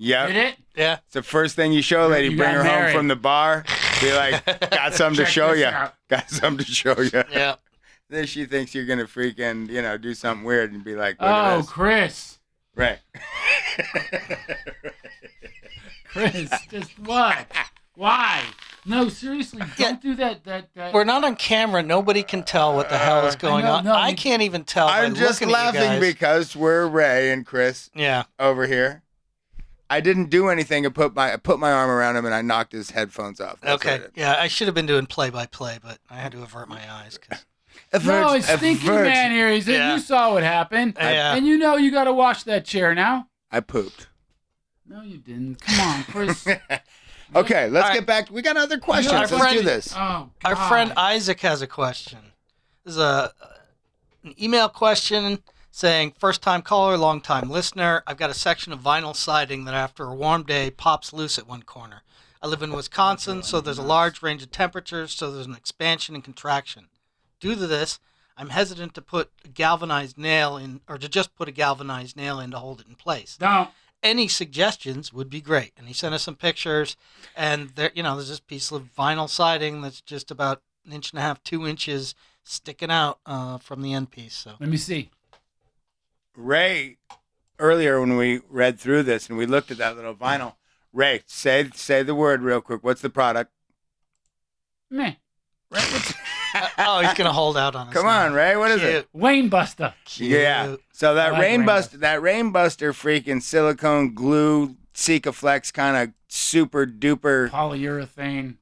Did
Yep.
it?
Yeah.
It's the first thing you show a lady.
You
Bring
got
her
married.
home from the bar. Be like, got something to
Check
show
this
you.
out.
Got something to show you.
Yeah.
Then she thinks you're gonna freaking, you know, do something weird and be like, Look at
Oh,
this.
Chris.
Right.
Chris, just what? Why? No, seriously, don't
Yeah.
do that. That. that.
We're not on camera. Nobody can tell what the hell is
Uh,
going
I know,
on.
no,
I
you-
can't even tell. by
I'm just
looking at you guys.
laughing because we're Ray and Chris
Yeah.
over here. I didn't do anything. I put my I put my arm around him and I knocked his headphones off. That's
Okay.
what I did.
Yeah, I should have been doing play by play, but I had to avert my eyes. 'cause-
no,
Avert,
it's stinky
avert.
man here. He's in.
Yeah.
You saw what happened,
yeah.
and you know you got to wash that chair now.
I pooped.
No, you didn't. Come on, Chris.
Okay, let's
All right.
get back. We got other
Our
questions. Let's do
friend-
this.
Oh,
Our
God.
friend Isaac has a question. This is a an email question saying, first time caller, long time listener. I've got a section of vinyl siding that after a warm day pops loose at one corner. I live in Wisconsin, so there's a large range of temperatures, so there's an expansion and contraction. Due to this, I'm hesitant to put a galvanized nail in or to just put a galvanized nail in to hold it in place.
Don't.
any suggestions would be great. And he sent us some pictures, and there, you know, there's this piece of vinyl siding that's just about an inch and a half, two inches sticking out uh, from the end piece. So
Let me see.
Ray, earlier when we read through this and we looked at that little vinyl, Ray, say say the word real quick. What's the product?
Meh.
Ray, what's-
oh, he's gonna hold out on us.
Come on, Ray. What is it?
Wayne Buster.
Yeah. So that
I like
rain
Rain
bust, that rain buster, freaking silicone glue, Sikaflex kind of super duper
Polyurethane.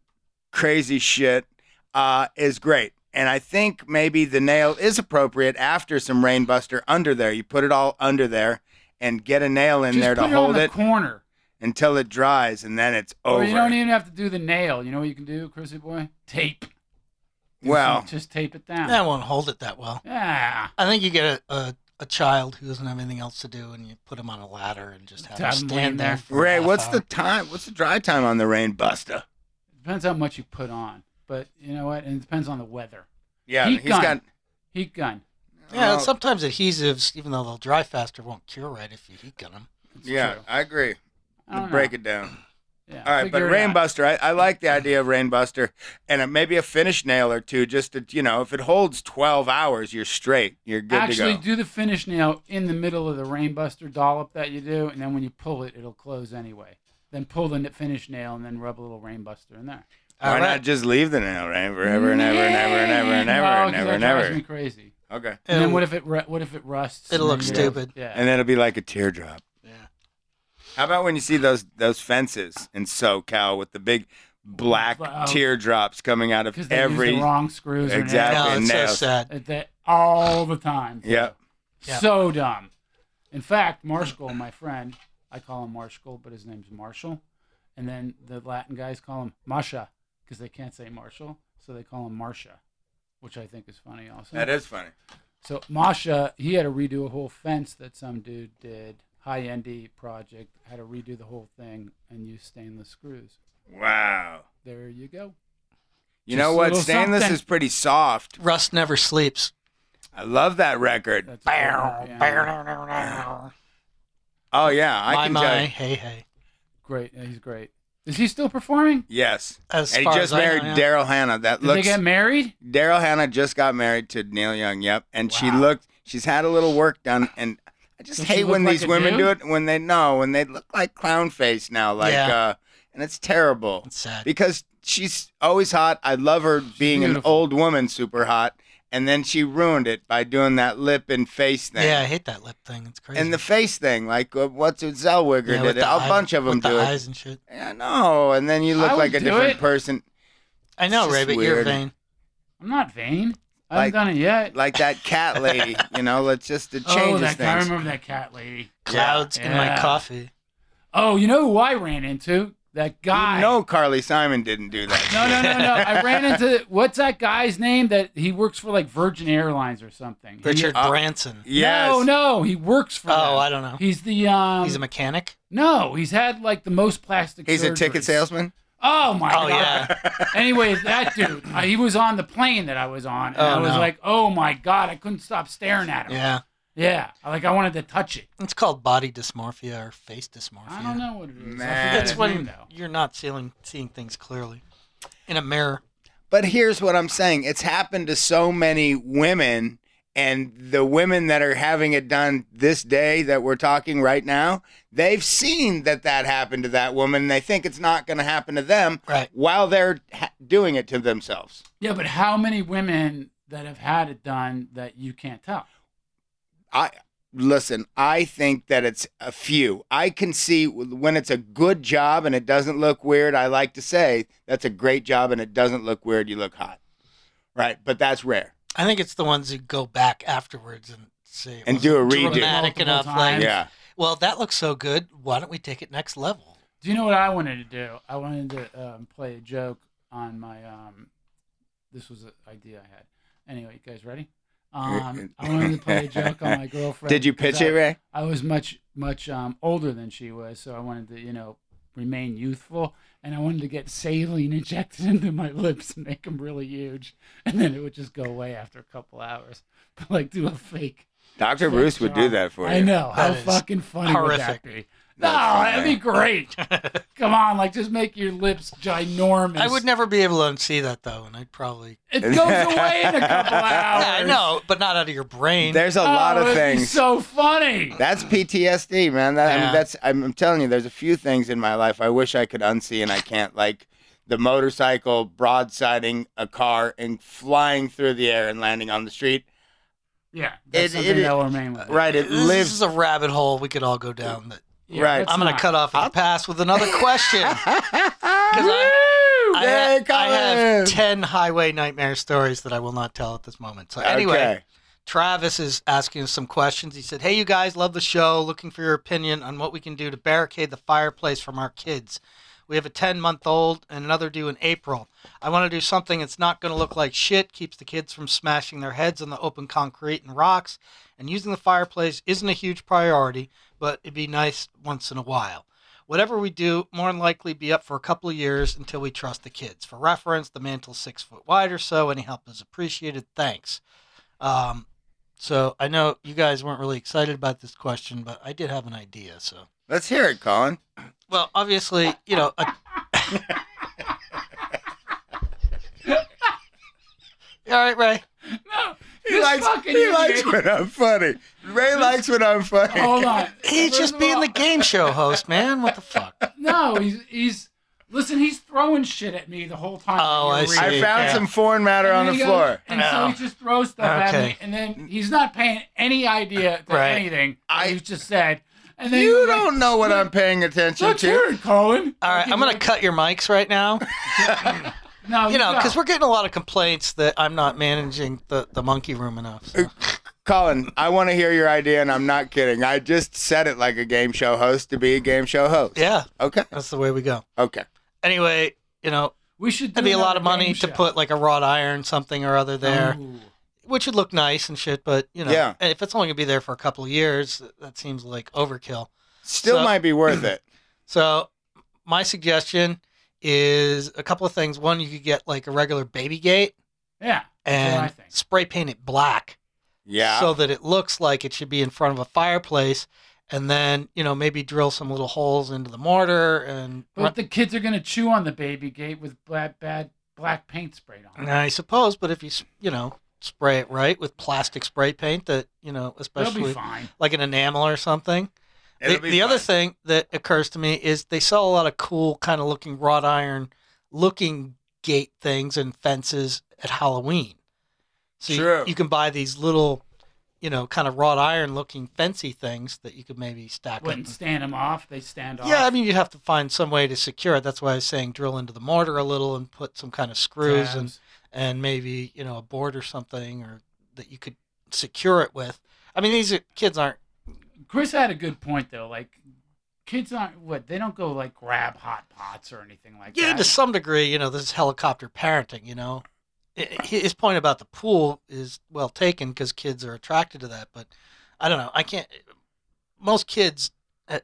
crazy shit uh, is great. And I think maybe the nail is appropriate after some rainbuster under there. You put it all under there and get a nail in
Just
there
put
to
it on
hold
the
it
corner.
until it dries, and then it's over.
Or you don't even have to do the nail. You know what you can do, Chrissy boy? Tape. Do
well,
some- just tape it down.
That won't hold it that well.
Yeah.
I think you get a, a, a child who doesn't have anything else to do, and you put him on a ladder and just have him
Have him laying
stand there.
there.
For a
Ray,
half
what's
hour.
the time? What's the dry time on the rainbuster?
Depends how much you put on. But you know what? And it depends on the weather.
Yeah,
Heat
he's
gun.
got.
Heat gun.
Yeah,
Oh,
sometimes adhesives, even though they'll dry faster, won't cure right if you heat gun them.
It's
yeah,
true.
I agree.
I don't know.
Break it down.
Yeah,
All right, but
figure it out.
Rainbuster, I, I like the idea of Rainbuster, and uh maybe a finish nail or two. Just to, you know, if it holds twelve hours, you're straight. You're good
Actually,
to go.
do the finish nail in the middle of the rainbuster dollop that you do, and then when you pull it, it'll close anyway. Then pull the n- finish nail and then rub a little rainbuster in there.
Why
All
not
right.
just leave the nail, right? Forever and ever and ever and ever and ever
No, 'cause
and ever
that
and
drives
ever.
me crazy.
Okay,
And then what if it ru- what if it rusts?
It'll
and
look
then you-
stupid.
Yeah.
and it'll be like a teardrop.
Yeah.
How about when you see those those fences in SoCal with the big black
Wow.
teardrops coming out of
because they use
every?
the wrong screws. or
Exactly.
No,
nails.
it's so
Nails.
sad.
At that all the time. too.
Yep.
Yep.
So dumb. In fact, Marshall, my friend, I call him Marshall, but his name's Marshall. and then the Latin guys call him Masha because they can't say Marshall, so they call him Marsha, which I think is funny also.
That is funny.
So Masha, he had to redo a whole fence that some dude did, high endy project, had to redo the whole thing and use stainless screws.
Wow.
There you go.
You
Just
know
a
what?
little
Stainless
something.
is pretty soft.
Rust never sleeps.
I love that record.
That's a great piano.
Oh yeah, I
my
can
my,
tell. You.
hey hey.
great. yeah, He's great. Is he still performing?
Yes.
As
And he
far
just
as I know,
married
yeah.
Daryl Hannah. That
Did they
looks
get married?
Daryl Hannah just got married to Neil Young. Yep, and she
Wow.
looked. She's had a little work done, and I just
Does she
hate when
look like
these
a
women
dude?
do it when they know when they look like clown face now, like
Yeah.
uh, and it's terrible
It's sad.
because she's always hot. I love her being an
beautiful.
old woman, super hot, and then she ruined it by doing that lip and face thing.
Yeah, I hate that lip thing. It's crazy.
And the face thing, like uh, what's it? Zellweger
yeah,
did
with
it.
the
A
eye-
bunch of them
with the
do it.
eyes and shit.
I know, and then you look
I
like a
would do
different
it.
person,
I know,
It's
Ray,
just
but you're
weird.
vain.
I'm not vain. I haven't
Like-
done it yet.
like that cat lady. you know, let's just it
oh,
changes
that
things.
I remember that cat lady.
Clouds in my
Yeah.
coffee.
Oh, you know who I ran into? That guy.
No, Carly Simon didn't do that.
No, no, no, no. I ran into what's that guy's name that he works for like Virgin Airlines or something. He-
Richard
Uh,
Branson.
Yes.
No, no, he works for.
Oh,
them.
I don't know.
He's the um.
He's a mechanic.
no, he's had like the most plastic.
He's a ticket
surgeries.
salesman.
Oh my
Oh
god.
yeah.
Anyways, that dude, uh, he was on the plane that I was on, and
Oh,
I was
no.
like, oh my god, I couldn't stop staring at him.
Yeah.
Yeah, I- like I wanted to touch it.
It's called body dysmorphia or face dysmorphia.
I don't know what it is.
Man.
I forget
That's
his name,
when
though.
you're not seeing seeing things clearly in a mirror.
But here's what I'm saying it's happened to so many women, and the women that are having it done this day that we're talking right now, they've seen that that happened to that woman, and they think it's not going to happen to them
Right.
while they're ha- doing it to themselves.
Yeah, but how many women that have had it done that you can't tell?
I listen. I think that it's a few. I can see when it's a good job and it doesn't look weird. I like to say that's a great job and it doesn't look weird. You look hot, right? But that's rare.
I think it's the ones who go back afterwards and say it
And do a
wasn't
redo.
dramatic
Multiple
enough. Like,
times.
Yeah.
well, that looks so good. Why don't we take it next level?
Do you know what I wanted to do? I wanted to um, play a joke on my. Um, this was an idea I had. Anyway, you guys ready? Um, I wanted to play a joke on my girlfriend.
Did you
'cause
pitch
I-
it, Ray?
I was much much um, older than she was, so I wanted to you know remain youthful, and I wanted to get saline injected into my lips and make them really huge, and then it would just go away after a couple hours. But like do a fake.
Dr.
fake
Bruce would do
job.
that for you.
I know
That
how
is
fucking funny would that
horrific.
be? No,
That's
that'd be great. Come on, like just make your lips ginormous.
I would never be able to see that though, and I'd probably.
It goes away in a couple hours.
Yeah, I know, but not out of your brain.
There's a
Oh,
lot of
it'd be
things.
so funny.
that's PTSD, man. That, I mean,
Yeah.
that's I'm, I'm telling you, there's a few things in my life I wish I could unsee and I can't. Like the motorcycle broadsiding a car and flying through the air and landing on the street.
Yeah, that's
It-
something
it-
that'll remain with me.
Right, it
this
lives.
is a rabbit hole we could all go down. That
Yeah,
right.
let's
I'm going to
not.
cut off at the pass with another question. 'Cause I,
Woo!
I,
Yay,
ha- I have
Colin!
ten highway nightmare stories that I will not tell at this moment. So anyway,
Okay.
Travis is asking us some questions. He said, Hey, you guys, love the show. Looking for your opinion on what we can do to barricade the fireplace from our kids. We have a 10 month old and another due in April. I want to do something that's not going to look like shit, keeps the kids from smashing their heads on the open concrete and rocks, and using the fireplace isn't a huge priority, but it'd be nice once in a while. Whatever we do, more than likely be up for a couple of years until we trust the kids. For reference, the mantel's six foot wide or so. Any help is appreciated. Thanks. Um, so I know you guys weren't really excited about this question, but I did have an idea. So,
Let's hear it, Colin.
well, obviously, you know, a... You all right, Ray.
No,
He
this
likes,
fucking
he
idiot.
likes when I'm funny. Ray likes when I'm funny.
Hold on.
He's
First
just
of
being
all-
the game show host, man. What the fuck?
No, he's he's listen. He's throwing shit at me the whole time.
Oh,
You're
I
reading.
see.
I found
Yeah.
some foreign matter
And
on
then
the
he goes-
floor.
and
No.
so he just throws stuff at
Okay.
me, and then he's not paying any idea to
Right.
anything
I-
I, you just said. And then
You
he's like,
don't know what I'm paying attention
Look
to.
here, Colin.
All right,
Like,
I'm
he's
gonna
like,
cut your mics right now.
No,
You know,
go. Oh,
because we're getting a lot of complaints that I'm not managing the, the monkey room enough. so.
Colin, I want to hear your idea, and I'm not kidding. I just said it like a game show host to be a game show host.
Yeah,
Okay.
that's the way we go.
Okay.
Anyway, you know,
We should.
that'd
do
be a lot
another
of money
game
to
show. Oh,
put like a wrought iron something or other there,
Ooh.
which would look nice and shit. But you know,
Yeah.
if it's only gonna be there for a couple of years, that seems like overkill.
Still
So-
might be worth it.
So my suggestion is a couple of things. One, you could get like a regular baby gate
Yeah. That's what I
and
think.
spray paint it black.
Yeah.
so that it looks like it should be in front of a fireplace and then you know maybe drill some little holes into the mortar and
But the kids are gonna chew on the baby gate with bad, bad black paint sprayed on.
And
it.
i suppose but if you s- you know spray it right with plastic spray paint that you know
They'll be
especially
fine.
like an enamel or something
It'll
the,
be
the other
fun.
thing that occurs to me is they sell a lot of cool kind of looking wrought iron looking gate things and fences at halloween so you-
True.
You, can buy these little you know kind of wrought iron looking fancy things that you could maybe stack up
Wouldn't stand them off. They stand off.
Yeah, I mean, you'd have to find some way to secure it. That's why I was saying drill into the mortar a little and put some kind of screws and,
Tabs.
and maybe, you know, a board or something or that you could secure it with. I mean, these are, kids aren't.
Chris had a good point though. Like kids aren't what they don't go like grab hot pots or anything like
Yeah,
that.
to some degree, you know, this is helicopter parenting, you know. I- I- His point about the pool is well taken because kids are attracted to that, but I don't know. I can't. Most kids, uh,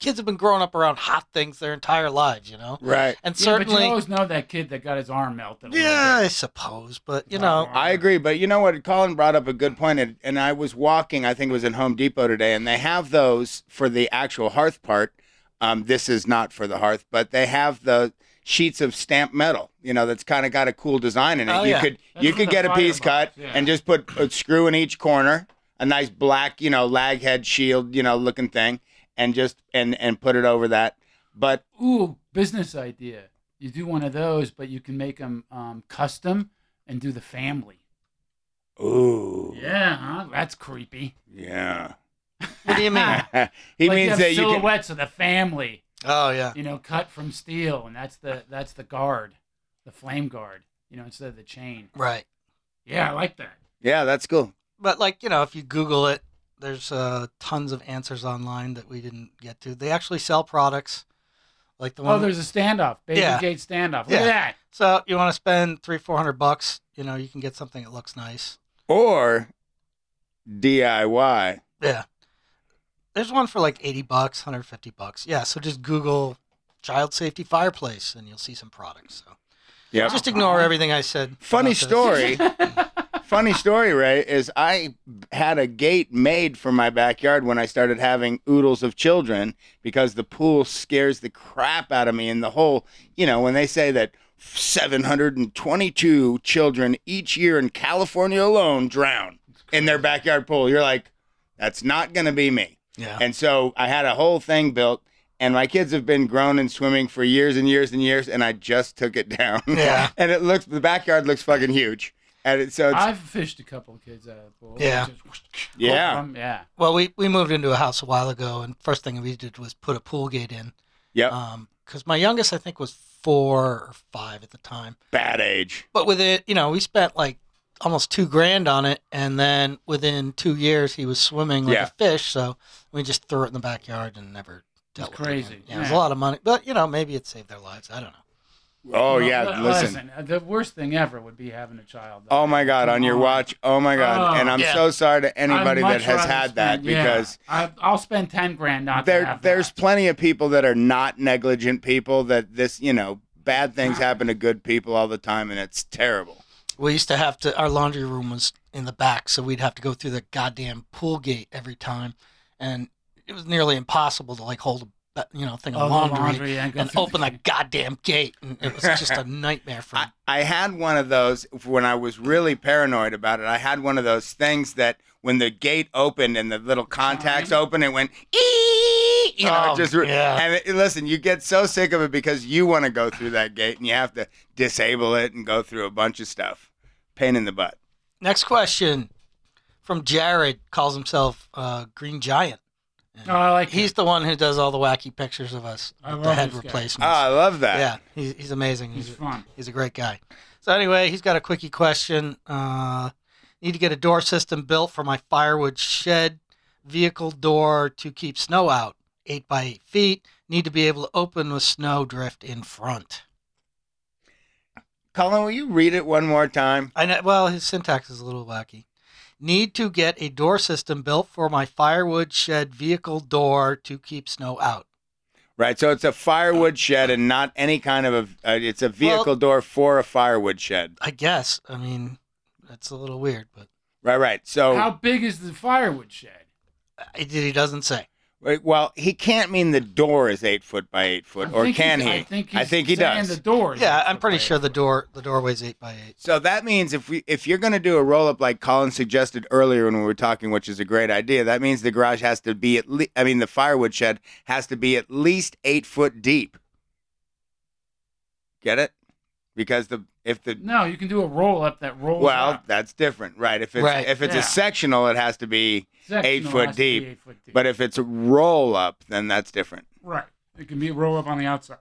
kids have been growing up around hot things their entire lives, you know,
Right.
and
Yeah,
certainly,
but you always know that kid that got his arm melted. a little
yeah,
bit.
I suppose, but you
Not
know,
wrong.
I agree, but you know what? Colin brought up a good point, and, and I was walking. I think it was in Home Depot today, and they have those for the actual hearth part. Um, this is not for the hearth, but they have the sheets of stamped metal. You know, that's kind of got a cool design in it.
Oh,
you
yeah.
could
That's
you
for
could
the
get a piece cut
firebox, yeah.
and just put a screw in each corner, a nice black, you know, lag head shield, you know, looking thing, and just and and put it over that. But
Ooh, business idea. You do one of those, but you can make them um, custom and do the family.
ooh,
Yeah, huh? That's creepy.
yeah.
What do you mean?
he
Ah. Like,
means
have
that you can.
silhouettes of the family.
oh yeah.
you know, cut from steel, and that's the that's the guard, the flame guard, you know, instead of the chain.
Right.
Yeah, I like that.
Yeah, that's cool.
But like, you know, if you Google it, there's uh, tons of answers online that we didn't get to. They actually sell products like the
Oh,
one.
there's a standoff, baby
Yeah.
gate standoff. Look
Yeah.
at that.
so you want to spend three, four hundred bucks, you know, you can get something that looks nice.
or DIY.
Yeah. There's one for like 80 bucks, 150 bucks. Yeah. So just Google child safety fireplace and you'll see some products. So
Yep.
just ignore everything I said.
Funny
about this.
story. funny story, Ray, is I had a gate made for my backyard when I started having oodles of children because the pool scares the crap out of me. And the whole, you know, when they say that 722 children each year in California alone drown in their backyard pool, you're like, that's not going to be me.
Yeah.
And so I had a whole thing built, and my kids have been grown and swimming for years and years and years, and I just took it down.
Yeah.
and it looks the backyard looks fucking huge, and it, so it's,
I've fished a couple of kids out of the pool.
Yeah.
Just-
yeah,
yeah.
Well, we, we moved into a house a while ago, and first thing we did was put a pool gate in.
yep,
Um, 'cause because my youngest i think was four or five at the time
bad age.
but with it you know we spent like almost two grand on it and then within two years he was swimming like
Yeah.
a fish so we just threw it in the backyard and never dealt
It's
with it again.
crazy.
yeah, it was a
Yeah.
lot of money but you know maybe it saved their lives i don't know
Oh
Well,
yeah,
li-
listen.
uh, The worst thing ever would be having a child.
Oh my God,
Come
on your
on.
watch. Oh my God,
Oh.
and I'm
Yeah.
so sorry to
I'd
anybody that
much
has
rather
had that
spend- yeah.
because
I, I'll spend ten grand not to
there
have
there's
that.
plenty of people that are not negligent people that this you know bad things happen to good people all the time, and it's terrible.
we used to have to our laundry room was in the back so we'd have to go through the goddamn pool gate every time and it was nearly impossible to like hold a ba- you know thing of
Oh, the
laundry,
laundry and go
and
through the
open that goddamn gate and it was just a nightmare for me
I, I had one of those when I was really paranoid about it. I had one of those things that when the gate opened and the little contacts opened, it went ee, you know,
Oh,
it just re-
yeah.
and it, listen, you get so sick of it because you want to go through that gate and you have to disable it and go through a bunch of stuff. Pain in the butt.
Next question from Jared calls himself uh, Green Giant.
Oh, I like
He's
him.
the one who does all the wacky pictures of us,
I
with the
love
head
this guy.
replacements.
Oh, I love that.
yeah, he's, he's amazing.
he's
He's,
fun.
he's a great guy. So anyway, he's got a quickie question. Uh, Need to get a door system built for my firewood shed vehicle door to keep snow out. Eight by eight feet. Need to be able to open with snow drift in front.
Colin, will you read it one more time?
I know. Well, his syntax is a little wacky. Need to get a door system built for my firewood shed vehicle door to keep snow out.
Right. So it's a firewood shed and not any kind of a. Uh, it's a vehicle
Well-
door for a firewood shed.
I guess. I mean, that's a little weird, but
Right. Right. So
How big is the firewood shed?
it, he doesn't say.
Wait, well, he can't mean the door is eight foot by eight foot,
I'm
or
thinking-
can he?
I think, he's
I think he
saying
does.
The door. is
Yeah,
eight
I'm
foot
pretty
by
sure
eight
the
foot.
door the doorway's eight by eight.
So that means if we if you're going to do a roll up like Colin suggested earlier when we were talking, which is a great idea, that means the garage has to be at least. I mean, the firewood shed has to be at least eight foot deep. Get it? Because the if the
No, you can do a roll up that rolls.
well,
up.
that's different, right? If it's
Right,
if it's
yeah.
a sectional, it has to be.
Sectional
eight foot
has to be
deep,
eight foot deep.
But if it's a roll up, then that's different.
right, it can be a roll up on the outside.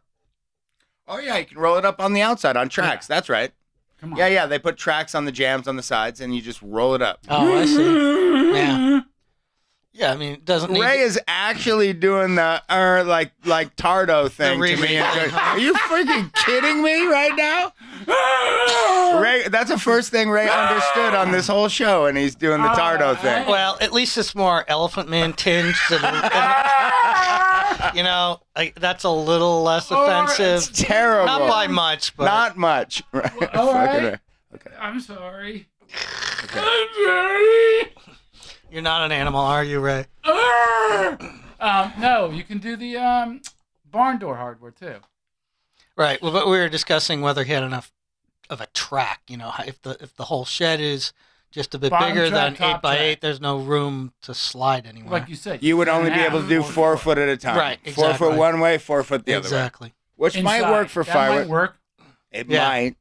Oh yeah, you can roll it up on the outside on tracks. That's right.
Come on.
Yeah, yeah. They put tracks on the jams on the sides, and you just roll it up.
Oh, I see. Yeah. Yeah, I mean, it doesn't need.
Ray is actually doing the er, like like Tardo thing to me.
re-read thing, huh?
Are you freaking kidding me right now? Ray, that's the first thing Ray understood on this whole show, and he's doing the
Oh,
Tardo thing.
well, at least it's more Elephant Man tinged, and, and, you know, I, that's a little less
It's
offensive.
terrible.
Not by much, but
Not much. Right.
all right.
Fucking Ray.
I'm sorry. I'm sorry.
you're not an animal, are you, Ray?
um, no, you can do the um, barn door hardware too.
Right. Well, but we were discussing whether he had enough of a track. You know, if the if the whole shed is just a bit
Bottom
bigger
track,
than
top
eight by
track.
eight, there's no room to slide anywhere.
Like you said,
You would only be
can
able to
have
do four foot at a time.
Right,
Four
exactly.
foot one way, four foot the other way,
exactly.
which might
inside.
work for
that
firewood.
Might work.
It
Yeah.
might.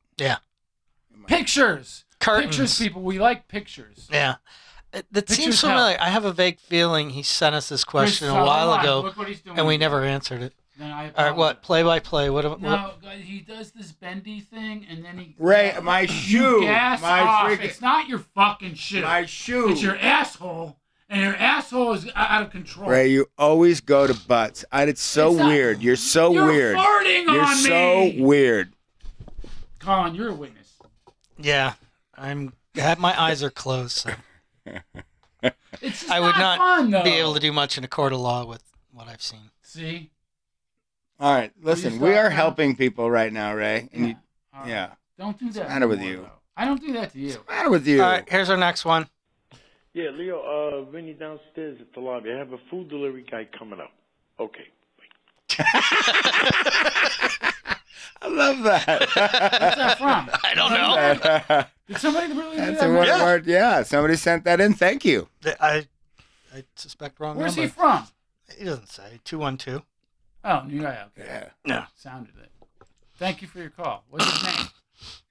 Pictures.
Curtains.
Pictures, people. We like pictures.
Yeah. It- That seems
Pictures
familiar. I have a vague feeling he sent us this question
Chris
a while
Solomon,
ago,
Look what he's doing.
and we never answered it.
Then I
All right, what
apologize.
play by play? What? am- what
Um, No, he does this bendy thing, and then he
Ray, my
You
shoe,
gas
my
off.
freaking,
It's not your fucking shoe.
my shoe.
It's your asshole, and your asshole is o- out of control.
Ray, you always go to butts. I, it's so
It's not-
weird. You're so
You're
weird.
farting
You're
on
so
me.
weird.
Colin, you're a witness.
yeah, I'm. I- My eyes are closed, so
It's just
I would not
fun, though.
be able to do much in a court of law with what I've seen.
see.
All right, listen,
Will
we
you
are
stop now?
helping people right now, Ray. And you,
All right.
yeah.
Don't do that.
What's the matter with
anymore,
you?
though. I don't do that to you.
What's the matter with you?
All right, here's our next one.
Yeah, Leo, uh, Vinny downstairs at the lobby. I have a food delivery guy coming up. Okay.
I love that.
What's that from?
I don't know.
Did somebody really do
That's
that?
a word,
Really?
yeah. word. Yeah, somebody sent that in. Thank you.
I I suspect wrong
Where's he
number.
from?
He, doesn't say two one two.
Oh, New York. Okay.
Yeah.
Sounded it. Thank you for your call. What's his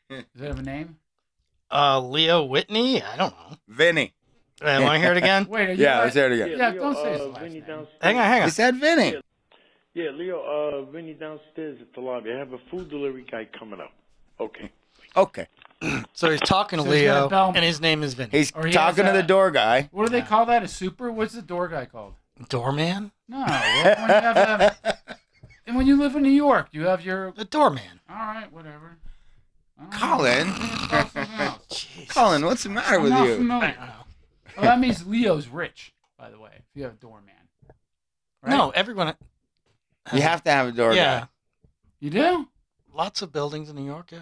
name? Does it have a name?
Uh, Leo Whitney. I don't know.
Vinny.
Uh, Want to hear it again?
Wait, are you?
Yeah,
right?
let's hear it again.
Yeah, don't say his
uh,
last
Vinny
name.
downstairs.
Hang on, hang
He
on.
said Vinny.
Yeah, Leo, uh, Vinny downstairs at the lobby. I have a food delivery guy coming up. Okay.
Okay.
So he's talking to
So he's got a
Leo,
bell-
and his name is Vinny.
He's
Or he
talking to
has a-
the door guy.
What do they call that? A super? What's the door guy called?
Doorman.
No. well, when you have that- and when you live in New York, you have your. All
The doorman.
right, whatever. I don't know.
Colin.
It's called something else.
Colin, what's the matter
I'm
with
not
you?
familiar. Well, that means Leo's rich, by the way, if you have a doorman. Right?
No, everyone.
You have to have a door
yeah,
guy.
You do?
lots of buildings in New York. Yeah.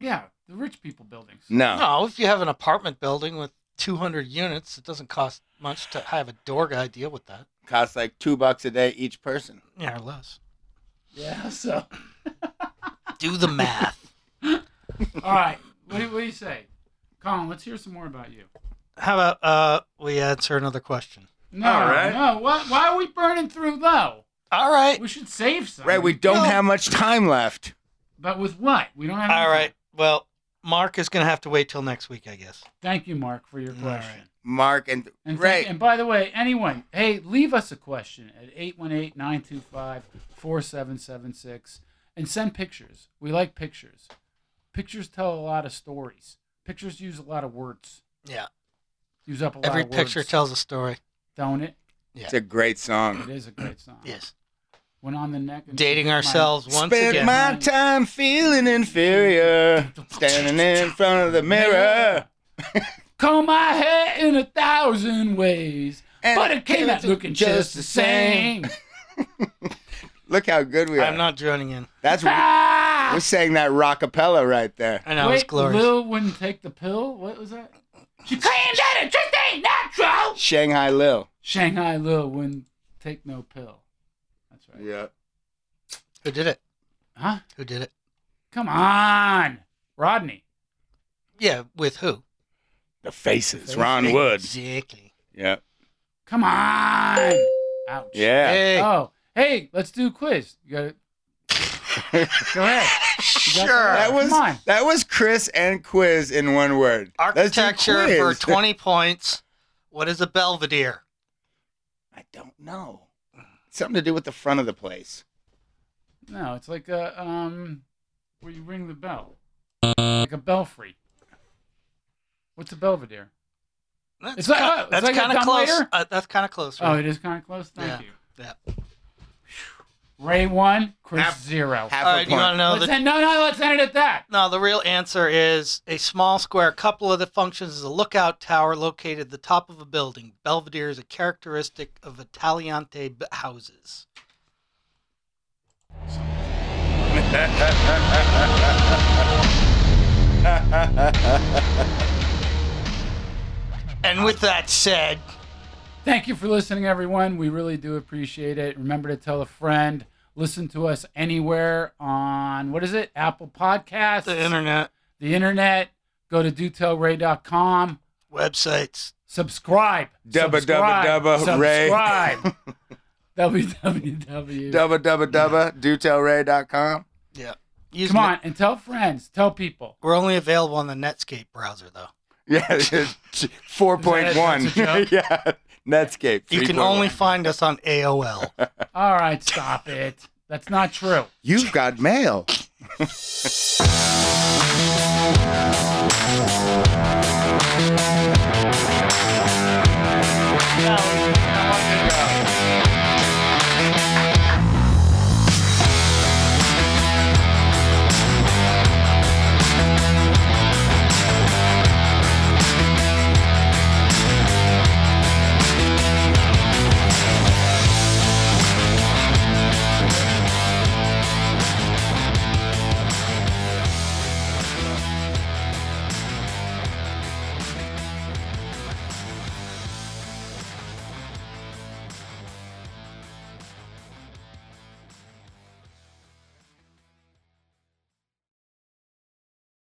Yeah, the rich people buildings.
No.
No, if you have an apartment building with 200 units, it doesn't cost much to have a door guy deal with that.
Costs like two bucks a day each person.
Yeah, or less.
Yeah, so.
Do the math.
All right, what do, what do you say? Colin, let's hear some more about you.
How about uh, we answer another question?
No,
All right.
no. Why, why are we burning through low?
All right.
We should save some.
Ray, we don't
Well-
have much time left.
But with what? We don't have.
All
anything.
right. Well, Mark is going to have to wait till next week, I guess.
Thank you, Mark, for your
All
question.
right.
Mark and,
And,
Ray.
thank- and by the way, anyone, hey, leave us a question at 818-925-4776 and send pictures. We like pictures. Pictures tell a lot of stories. Pictures use a lot of words.
Yeah.
Use up a lot
Every
of
picture
words,
tells a story.
don't it?
Yeah.
It's a great
It
song.
is a great song.
Yes.
Went on the neck. and-
Dating ourselves once
Spent
again.
my time feeling inferior, standing in front of the mirror.
Comb my hair in a thousand ways,
And
but it came out looking just the same.
Look how good we are.
I'm not joining in.
That's
Ah!
we're saying that rockapella right there.
I know
Wait,
it's glorious.
Lil wouldn't take the pill. What was that? She claimed that it just ain't natural.
Shanghai Lil.
Shanghai Lil wouldn't take no pill. That's right.
Yeah.
Who did it?
Huh?
Who did it?
Come on, Rodney.
Yeah, with who?
The faces. Ron Wood.
Exactly.
Yeah.
Come on. Ouch.
Yeah.
Hey,
Oh, hey, let's do a quiz. You got it. Go ahead.
sure.
That was
Come on.
that was Chris and Quiz in one word. Let's do
Architecture for
quiz.
20 points. What is a Belvedere?
I don't know. Something to do with the front of the place.
No, it's like a um, where you ring the bell, like a belfry. What's a belvedere?
That's,
It's like-
ki-
oh, it's
that's
like a
kind of close.
dumbwaiter?
Uh, that's kind of close.
Oh,
Right?
it is kind of close. Thank
Yeah.
you.
yeah.
Ray one, Chris
Half-
zero.
half
All right,
a
you
point.
want to know
let's
the
end, no, no, let's end it at that.
No, the real answer is a small square couple of the functions is a lookout tower located at the top of a building. Belvedere is a characteristic of Italianate b- houses. and with that said,
Thank you for listening, everyone. We really do appreciate it. Remember to tell a friend. Listen to us anywhere on what is it? Apple Podcasts,
the internet,
the internet. Go to dotellray.com.
websites,
Subscribe.
Dubba,
Subscribe.
dubba, dubba, Ray.
Subscribe. www.
Dubba dubba dubba dotelray.com.
yeah. Use
Come
Net-
on and tell friends. Tell people.
We're only available on the Netscape browser, though.
Yeah, it's
Is that
4.1.
a
yeah. Netscape.
You can
3.1.
only find us on AOL.
All right, stop it. That's not true.
You've got mail.